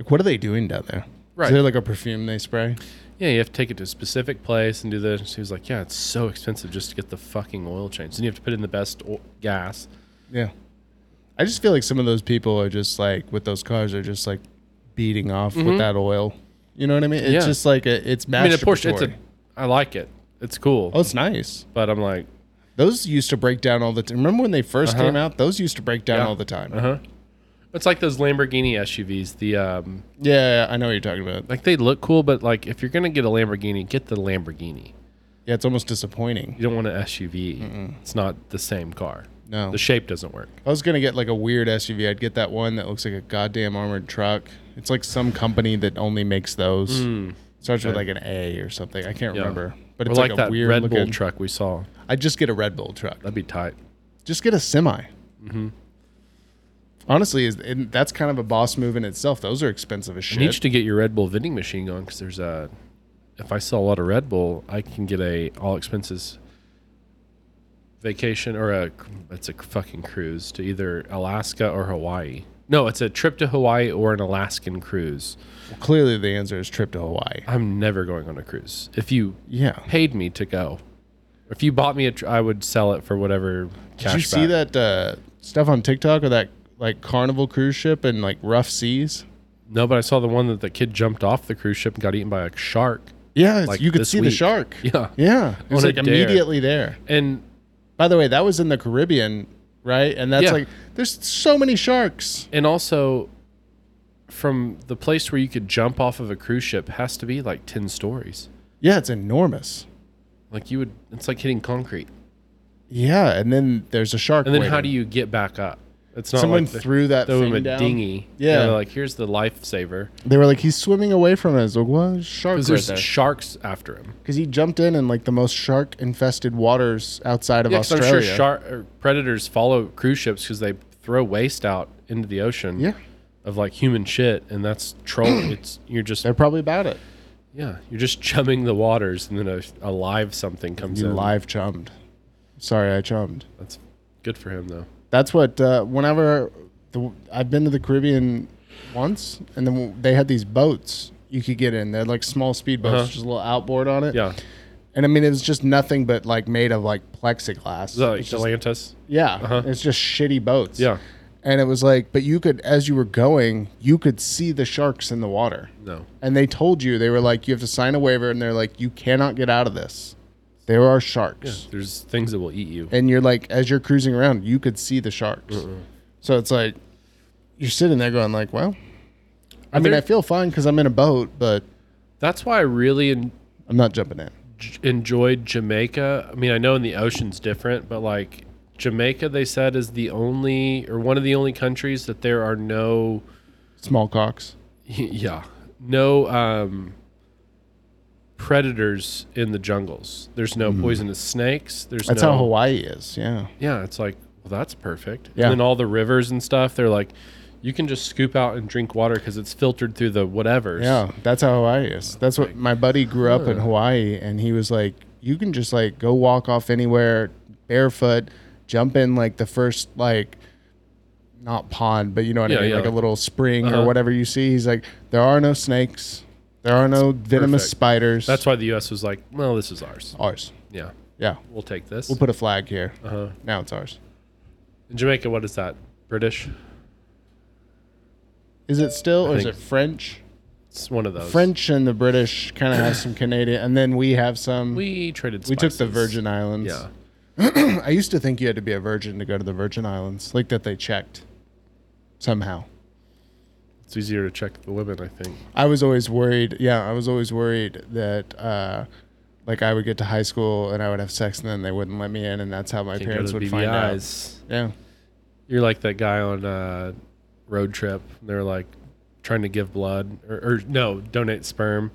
D: Like what are they doing down there?
C: Right.
D: Is there like a perfume they spray?
C: yeah, you have to take it to a specific place and do this. He was like, "Yeah, it's so expensive just to get the fucking oil changed, and you have to put in the best o- gas."
D: Yeah. I just feel like some of those people are just like with those cars are just like beating off with that oil. You know what I mean? It's
C: Mm-hmm. Yeah.
D: just like a, it's
C: I mean, a Porsche.
D: masturbatory.
C: It's a. I like it. It's cool,
D: oh, it's nice.
C: but I'm like,
D: Those used to break down all the time. Remember when they 1st came out? Those used to break down
C: Uh-huh. Yeah. Uh-huh.
D: all the time.
C: it's like those Lamborghini SUVs. The um,
D: Yeah, I know what you're talking about.
C: like they look cool, but like if you're gonna get a Lamborghini, get the Lamborghini.
D: Yeah, it's almost disappointing.
C: You don't want an SUV. It's not the same car.
D: No.
C: the shape doesn't work.
D: I was gonna get like a weird SUV. I'd get that one that looks like a goddamn armored truck. It's like some company that only makes those. Starts with like an A or something. I can't
C: Hmm. Yeah.
D: remember. But
C: Or
D: it's
C: like,
D: like, a
C: that
D: weird
C: Red
D: looking.
C: Bull truck we saw.
D: I just get a Red Bull truck.
C: That'd be tight.
D: Just get a semi.
C: Mm-hmm.
D: Honestly, is and that's kind of a boss move in itself. Those are expensive as
C: You need
D: shit.
C: to get your Red Bull vending machine going because there's a. If I sell a lot of Red Bull, I can get a all expenses vacation or a it's a fucking cruise to either Alaska or Hawaii. No, it's a trip to Hawaii or an Alaskan cruise.
D: Clearly, the answer is trip to Hawaii.
C: I'm never going on a cruise. If you
D: Yeah.
C: paid me to go. If you bought me a, tr- I would sell it for whatever cash.
D: Did you see
C: back.
D: that uh, stuff on TikTok or that like Carnival cruise ship and like rough seas?
C: No, but I saw the one that the kid jumped off the cruise ship and got eaten by a shark. [LAUGHS]
D: Yeah, it's-
C: Like
D: you could
C: this
D: see the
C: week.
D: shark.
C: [LAUGHS] Yeah.
D: yeah. It was
C: On a
D: like
C: dare.
D: immediately there.
C: And
D: By the way, that was in the Caribbean, right? And that's
C: Yeah.
D: like there's so many sharks.
C: and also from the place where you could jump off of a cruise ship has to be like 10 stories.
D: Yeah, it's enormous.
C: Like you would it's like hitting concrete.
D: Yeah, and then there's a shark.
C: And then how
D: waiting.
C: do you get back up? It's not
D: Someone
C: like they
D: threw that
C: throw him
D: thing
C: a
D: down.
C: dinghy.
D: Yeah.
C: They're like here's the lifesaver
D: They were like he's swimming away from us. Like what? Shark
C: because
D: right
C: there's
D: there.
C: sharks after him.
D: Because he jumped in in like the most shark infested waters outside of
C: Yeah, 'cause I'm
D: Australia.
C: sure shark or predators follow cruise ships because they throw waste out into the ocean.
D: Yeah.
C: Of like human shit, and that's
D: [CLEARS THROAT]
C: troll. it's you're just
D: They're probably about it.
C: yeah, you're just chumming the waters, and then a, a live something comes
D: You
C: in.
D: live chummed. Sorry, I chummed.
C: That's good for him though.
D: That's what. Uh, whenever the, I've been to the Caribbean once, and then they had these boats you could get in. They're like small speed boats,
C: Uh-huh.
D: just a little outboard on it.
C: Yeah,
D: And I mean, it was just nothing but like made of like plexiglass.
C: Is that like
D: It's just-
C: Atlantis?
D: yeah, it's just shitty boats.
C: Uh-huh. Yeah.
D: and it was like, but you could, as you were going, you could see the sharks in the water.
C: No.
D: and they told you they were like, you have to sign a waiver, and they're like, you cannot get out of this. There are sharks,
C: There's things that will eat you.
D: and you're like, as you're cruising around, you could see the sharks. So it's like, you're sitting there going like, well, I mean,
C: there-
D: I feel fine because I'm in a boat, but
C: That's why I really en-
D: I'm not jumping in.
C: j- enjoyed Jamaica. I mean, I know in the ocean's different, but like Jamaica, they said is the only or one of the only countries that there are no,
D: Small cocks.
C: [LAUGHS] yeah, no um, predators in the jungles. There's no poisonous snakes. There's
D: Mm-hmm. That's
C: no,
D: how Hawaii is. Yeah.
C: Yeah, it's like well, that's perfect.
D: Yeah.
C: And then all the rivers and stuff, they're like, you can just scoop out and drink water because it's filtered through the whatevers.
D: Yeah, that's how Hawaii is. That's what my buddy grew up in Hawaii, and he was like, "You can just like go walk off anywhere barefoot, jump in like the first like not pond, but you know what
C: Yeah,
D: I mean,
C: yeah. Uh-huh.
D: like a little spring or whatever you see." He's like, "There are no snakes, there are no venomous
C: perfect.
D: spiders."
C: That's why the U.S. was like, well, this is ours.
D: ours.
C: Yeah,
D: Yeah,
C: we'll take this.
D: we'll put a flag here.
C: Uh-huh.
D: Now it's ours.
C: in Jamaica, what is that? British?
D: Is it still, or is
C: think-
D: it French?
C: It's one of those.
D: French and the British kind of
C: [CLEARS THROAT]
D: have some Canadian, and then we have some.
C: We traded.
D: we took the
C: spices.
D: Virgin Islands.
C: Yeah.
D: I used to think you had to be a virgin to go to the Virgin Islands, like that they checked somehow.
C: It's easier to check the women, I think.
D: I was always worried. Yeah, I was always worried that uh, like I would get to high school and I would have sex and then they wouldn't let me in, and that's how my
C: Can't go
D: parents
C: to
D: would
C: the
D: find out.
C: BVI's.
D: Yeah,
C: You're like that guy on a road trip. They're like trying to give blood or, or no, donate sperm.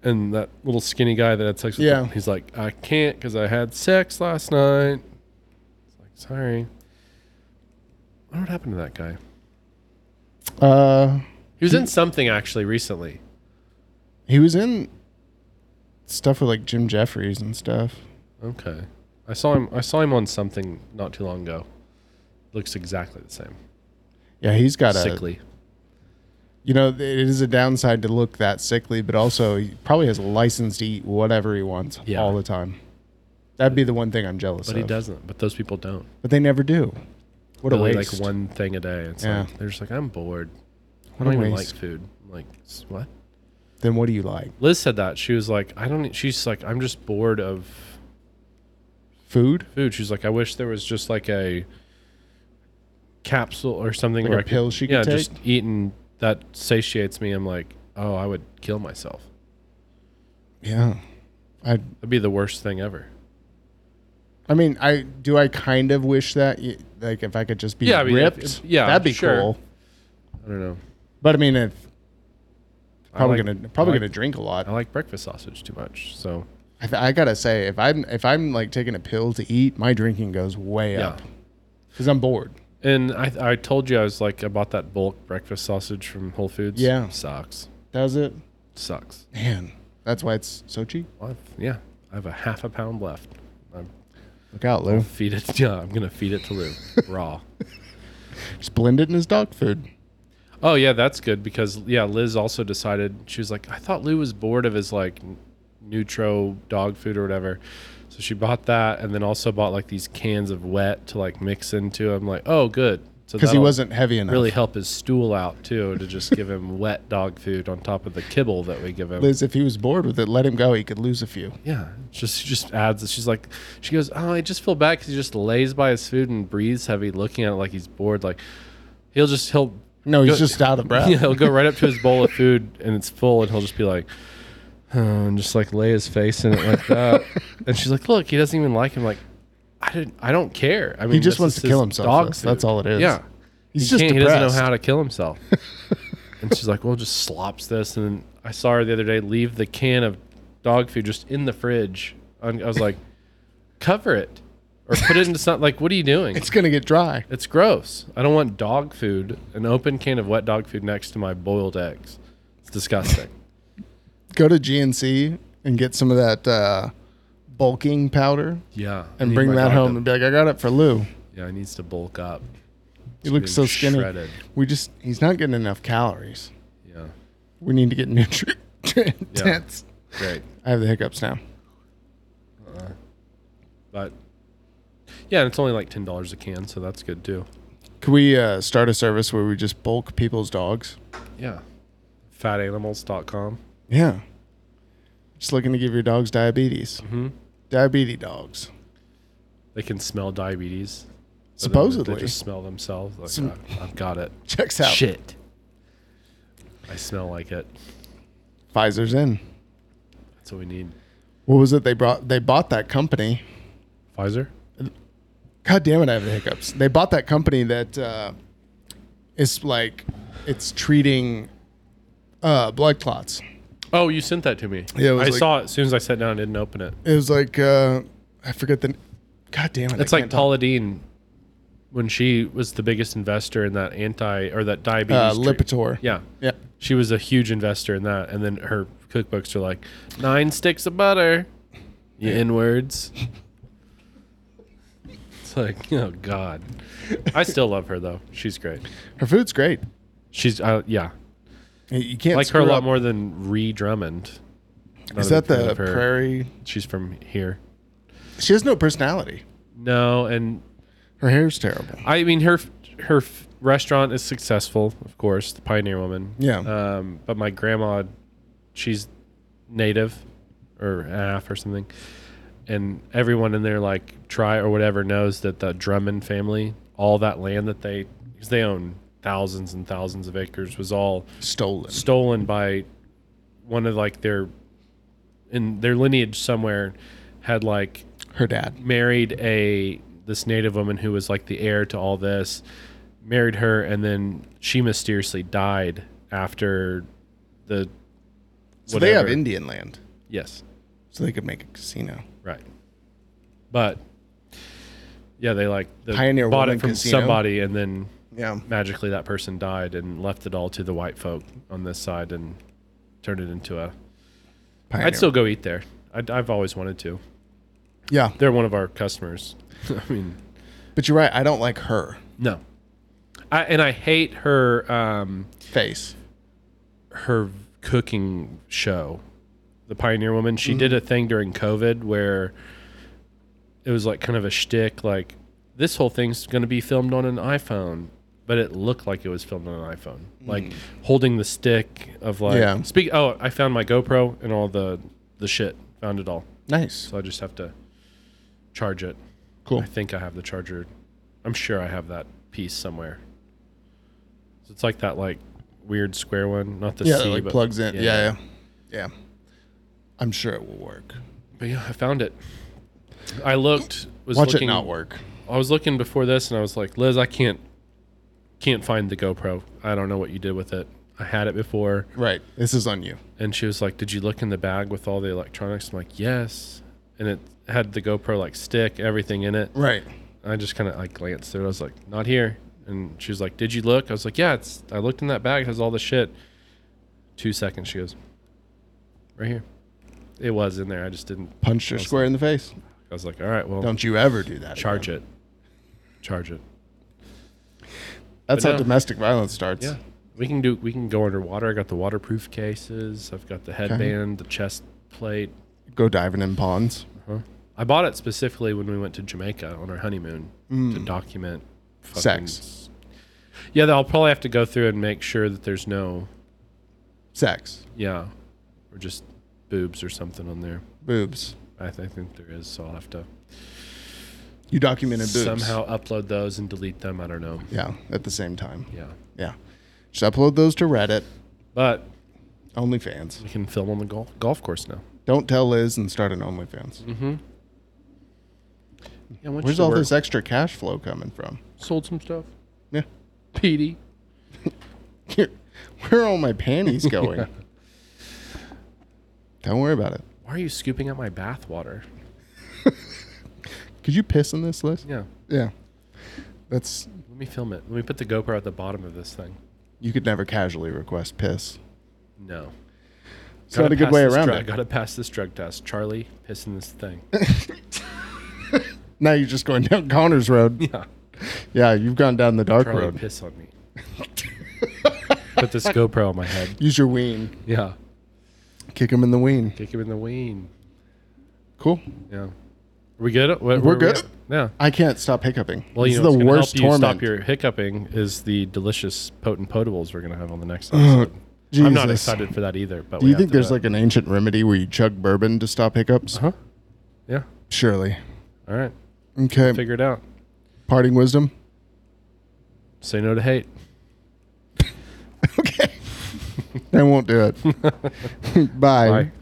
C: And that little skinny guy that had sex with
D: Yeah.
C: him, he's like, I can't because I had sex last night. It's like, sorry. I don't know What happened to that guy?
D: uh,
C: He was in something actually recently.
D: he was in stuff with like Jim Jeffries and stuff.
C: Okay. I saw him I saw him on something not too long ago. Looks exactly the same.
D: Yeah, he's got a.
C: Sickly.
D: You know, it is a downside to look that sickly, but also he probably has a license to eat whatever he wants
C: Yeah.
D: all the time. That'd be the one thing I'm jealous
C: But
D: of.
C: he doesn't. But those people don't.
D: but they never do. What
C: Really
D: a waste!
C: like one thing a day. It's
D: Yeah.
C: like they're just like, I'm bored. I
D: What
C: don't
D: a
C: even
D: waste.
C: like food. I'm like "S- what?
D: Then what do you like?
C: Liz said that. She was like, I don't e- she's like, I'm just bored of
D: Food?
C: food. She's like, I wish there was just like a capsule or something
D: Like
C: where
D: a
C: I could-
D: pill she could
C: yeah,
D: take?
C: just eating that satiates me. I'm like, oh, I would kill myself.
D: Yeah. I
C: That'd be the worst thing ever.
D: I mean, I do I kind of wish that y- like if I could just be
C: Yeah, I mean, if-
D: ripped.
C: if- yeah,
D: that'd be
C: sure.
D: cool.
C: I don't know.
D: But I mean, if
C: I
D: probably
C: like-
D: gonna probably
C: I like-
D: gonna drink a lot.
C: I like breakfast sausage too much. So
D: I, th- I gotta say, if I'm if I'm like taking a pill to eat, my drinking goes way
C: Yeah.
D: up because I'm bored.
C: and I I told you I was like I bought that bulk breakfast sausage from Whole Foods.
D: Yeah.
C: Sucks.
D: Does it?
C: Sucks.
D: Man, that's why it's so cheap.
C: Well, I've- yeah. I have a half a pound left. I'm
D: Look out, Lou.
C: feed it [LAUGHS] yeah, I'm gonna feed it to Lou. raw.
D: Just blend it in his dog food.
C: Oh yeah, that's good because yeah, Liz also decided she was like, I thought Lou was bored of his like n- neutro dog food or whatever. So she bought that and then also bought like these cans of wet to like mix into. I'm like, oh good. So
D: Because he
C: that'll-
D: wasn't heavy enough.
C: really help his stool out too to just give him [LAUGHS] wet dog food on top of the kibble that we give him.
D: Liz, if he was bored with it, let him go. He could lose a few.
C: Yeah, it's just she just adds. She's like, she goes, oh, I just feel bad because he just lays by his food and breathes heavy, looking at it like he's bored. Like he'll just he'll
D: No, he's
C: Go-
D: just out of
C: [LAUGHS]
D: breath.
C: yeah he'll go right up to his bowl of food and it's full and he'll just be like. "Oh," and just like lay his face in it like that, and she's like, "Look, he doesn't even like him." Like, I didn't. I don't care. I mean,
D: just
C: this
D: wants
C: is
D: to kill
C: his
D: himself,
C: Dog
D: that's- that's
C: food.
D: all it is.
C: Yeah,
D: He's
C: he
D: just
C: can't- he
D: depressed.
C: doesn't know how to kill
D: [LAUGHS]
C: himself. and she's like, "Well, just slops this." And then I saw her the other day leave the can of dog food just in the fridge. And I was like, "Cover it, or put it into something." Like, what are you doing?
D: It's gonna get dry.
C: It's gross. I don't want dog food, an open can of wet dog food next to my boiled eggs. It's disgusting.
D: Go to GNC and get some of that uh, bulking powder
C: [LAUGHS] yeah, I
D: and
C: need
D: bring
C: my
D: that
C: dog
D: home
C: to-
D: and be like, "I got it for Lou.
C: yeah, it needs to bulk up.
D: He looks so
C: being
D: skinny.
C: shredded.
D: We just he's not getting enough calories.
C: Yeah,
D: [LAUGHS] We need to get nutrient dense.
C: great.
D: I have the hiccups now.
C: But yeah, and it's only like ten dollars a can, so that's good too.
D: Could we uh, start a service where we just bulk people's dogs?
C: Yeah. Fatanimals.com.
D: Yeah. Just looking to give your dogs diabetes. Mm-hmm. Diabetes dogs.
C: They can smell diabetes. but then
D: Supposedly.
C: They just smell themselves. Like,
D: Some-
C: "I've- I've got it.
D: Checks out.
C: Shit. I smell like it.
D: Pfizer's in.
C: That's what we need.
D: What was it they brought? They bought that company.
C: Pfizer?
D: God damn it, I have the hiccups. They bought that company that uh, is like, it's treating uh, blood clots.
C: Oh, you sent that to me.
D: Yeah, it was
C: I
D: like-
C: saw it as soon as I sat down. I didn't open it.
D: It was like, uh, I forget the. God damn it.
C: It's
D: I
C: like
D: can't talk.
C: Paula Dean when she was the biggest investor in that anti or that diabetes.
D: Uh,
C: treat-
D: Lipitor.
C: Yeah.
D: Yeah.
C: She was a huge investor in that. And then her cookbooks are like nine sticks of butter. You inwards. it's like, [LAUGHS] oh God. I still love her though. She's great.
D: Her food's great.
C: She's uh, yeah.
D: You can't
C: like her a
D: screw
C: lot
D: up.
C: more than Ree Drummond. Not
D: Is
C: a big
D: that
C: fan
D: the
C: of her.
D: prairie?
C: She's from here.
D: She has no personality.
C: No, and
D: Her hair's terrible.
C: I mean her her f- restaurant is successful, of course, the Pioneer Woman.
D: Yeah.
C: Um, but my grandma, she's native, or half or something, and everyone in their like try or whatever knows that the Drummond family, all that land that they, because they own thousands and thousands of acres, was all
D: Stolen.
C: stolen by one of like their in their lineage somewhere had like
D: Her dad.
C: married a this native woman who was like the heir to all this married her and then she mysteriously died after the
D: So they have
C: whatever.
D: Indian land.
C: yes
D: So they could make a casino.
C: right but yeah they like the,
D: Pioneer
C: bought
D: Woman
C: it from
D: Casino.
C: somebody and then
D: Yeah.
C: magically that person died and left it all to the white folk on this side and turned it into a
D: Pioneer.
C: I'd still go eat there. I'd, I've always wanted to.
D: Yeah.
C: They're one of our customers. [LAUGHS] I mean,
D: But you're right. I don't like her
C: no. I, and I hate her um,
D: face.
C: her cooking show, The Pioneer Woman. She did a thing during COVID where it was like kind of a shtick, like this whole thing's going to be filmed on an iPhone, but it looked like it was filmed on an iPhone, like holding the stick of like.
D: Yeah.
C: Speak. Oh, I found my GoPro and all the the shit. Found it all.
D: Nice.
C: so I just have to charge it.
D: Cool.
C: I think I have the charger. I'm sure I have that piece somewhere. So it's like that like weird square one, not the
D: Yeah,
C: C,
D: it like
C: but
D: plugs in. Yeah. yeah. Yeah. I'm sure it will work.
C: But yeah, I found it. I looked. Was
D: Watch
C: looking,
D: it not work.
C: I was looking before this, and I was like, Liz, I can't, can't find the GoPro. I don't know what you did with it. I had it before,
D: Right. This is on you.
C: and she was like, "Did you look in the bag with all the electronics?" I'm like, "Yes," and it had the GoPro like stick, everything in it.
D: Right.
C: I just kind of like glanced through. it. I was like, not here. And she was like, did you look? I was like, yeah. It's. I looked in that bag. It has all the shit. Two seconds. She goes, right here. It was in there. I just didn't.
D: Punch her square in the face.
C: I was like, all right, well,
D: Don't you ever do that.
C: charge it. Charge it.
D: That's how
C: no.
D: domestic violence starts.
C: Yeah, we can do. We can go underwater. I got the waterproof cases. I've got the headband, the chest plate.
D: Go diving in ponds.
C: I bought it specifically when we went to Jamaica on our honeymoon to document fucking
D: Sex.
C: Yeah, I'll probably have to go through and make sure that there's no
D: Sex.
C: Yeah, or just boobs or something on there.
D: Boobs.
C: I, th- I think there is, so I'll have to
D: You documented boobs.
C: somehow upload those and delete them. I don't know.
D: Yeah. At the same time.
C: Yeah,
D: Yeah. Just upload those to Reddit.
C: but
D: OnlyFans.
C: we can film on the golf golf course now.
D: Don't tell Liz and start an OnlyFans.
C: Yeah, why don't
D: Where's
C: you
D: all
C: Mm-hmm. work-
D: this extra cash flow coming from?
C: Sold some stuff,
D: Yeah.
C: Petey.
D: Where are all
C: [LAUGHS]
D: my panties going? Don't worry about it.
C: Why are you scooping out my bath water?
D: Could you piss in this list?
C: Yeah,
D: Yeah. That's
C: let me film it. Let me put the GoPro at the bottom of this thing.
D: you could never casually request piss.
C: No,
D: It's not a good way around
C: I
D: it.
C: Gotta pass this drug test, Charlie. Piss in this
D: [LAUGHS]
C: thing.
D: Now you're just going down Connor's road.
C: Yeah.
D: Yeah, you've gone down the dark
C: Charlie,
D: road.
C: piss on
D: [LAUGHS]
C: me. Put this GoPro on my head.
D: Use your ween.
C: Yeah,
D: Kick him in the ween.
C: kick him in the ween.
D: Cool.
C: Yeah. Are we good? We're,
D: good.
C: Yeah.
D: I can't stop hiccuping.
C: Well, you
D: This
C: know,
D: is
C: the
D: the
C: gonna
D: worst
C: help you
D: torment.
C: stop your hiccuping is the delicious potent potables we're going to have on the next episode. I'm not
D: Oh, Jesus.
C: excited for that either. But
D: Do
C: we
D: you
C: have
D: think
C: to
D: there's
C: do it.
D: like an ancient remedy where you chug bourbon to stop hiccups?
C: Uh-huh. yeah?
D: Surely.
C: All right,
D: Okay.
C: figure it out.
D: Parting wisdom.
C: Say no to hate.
D: Okay. I won't do it. Bye.
C: Bye.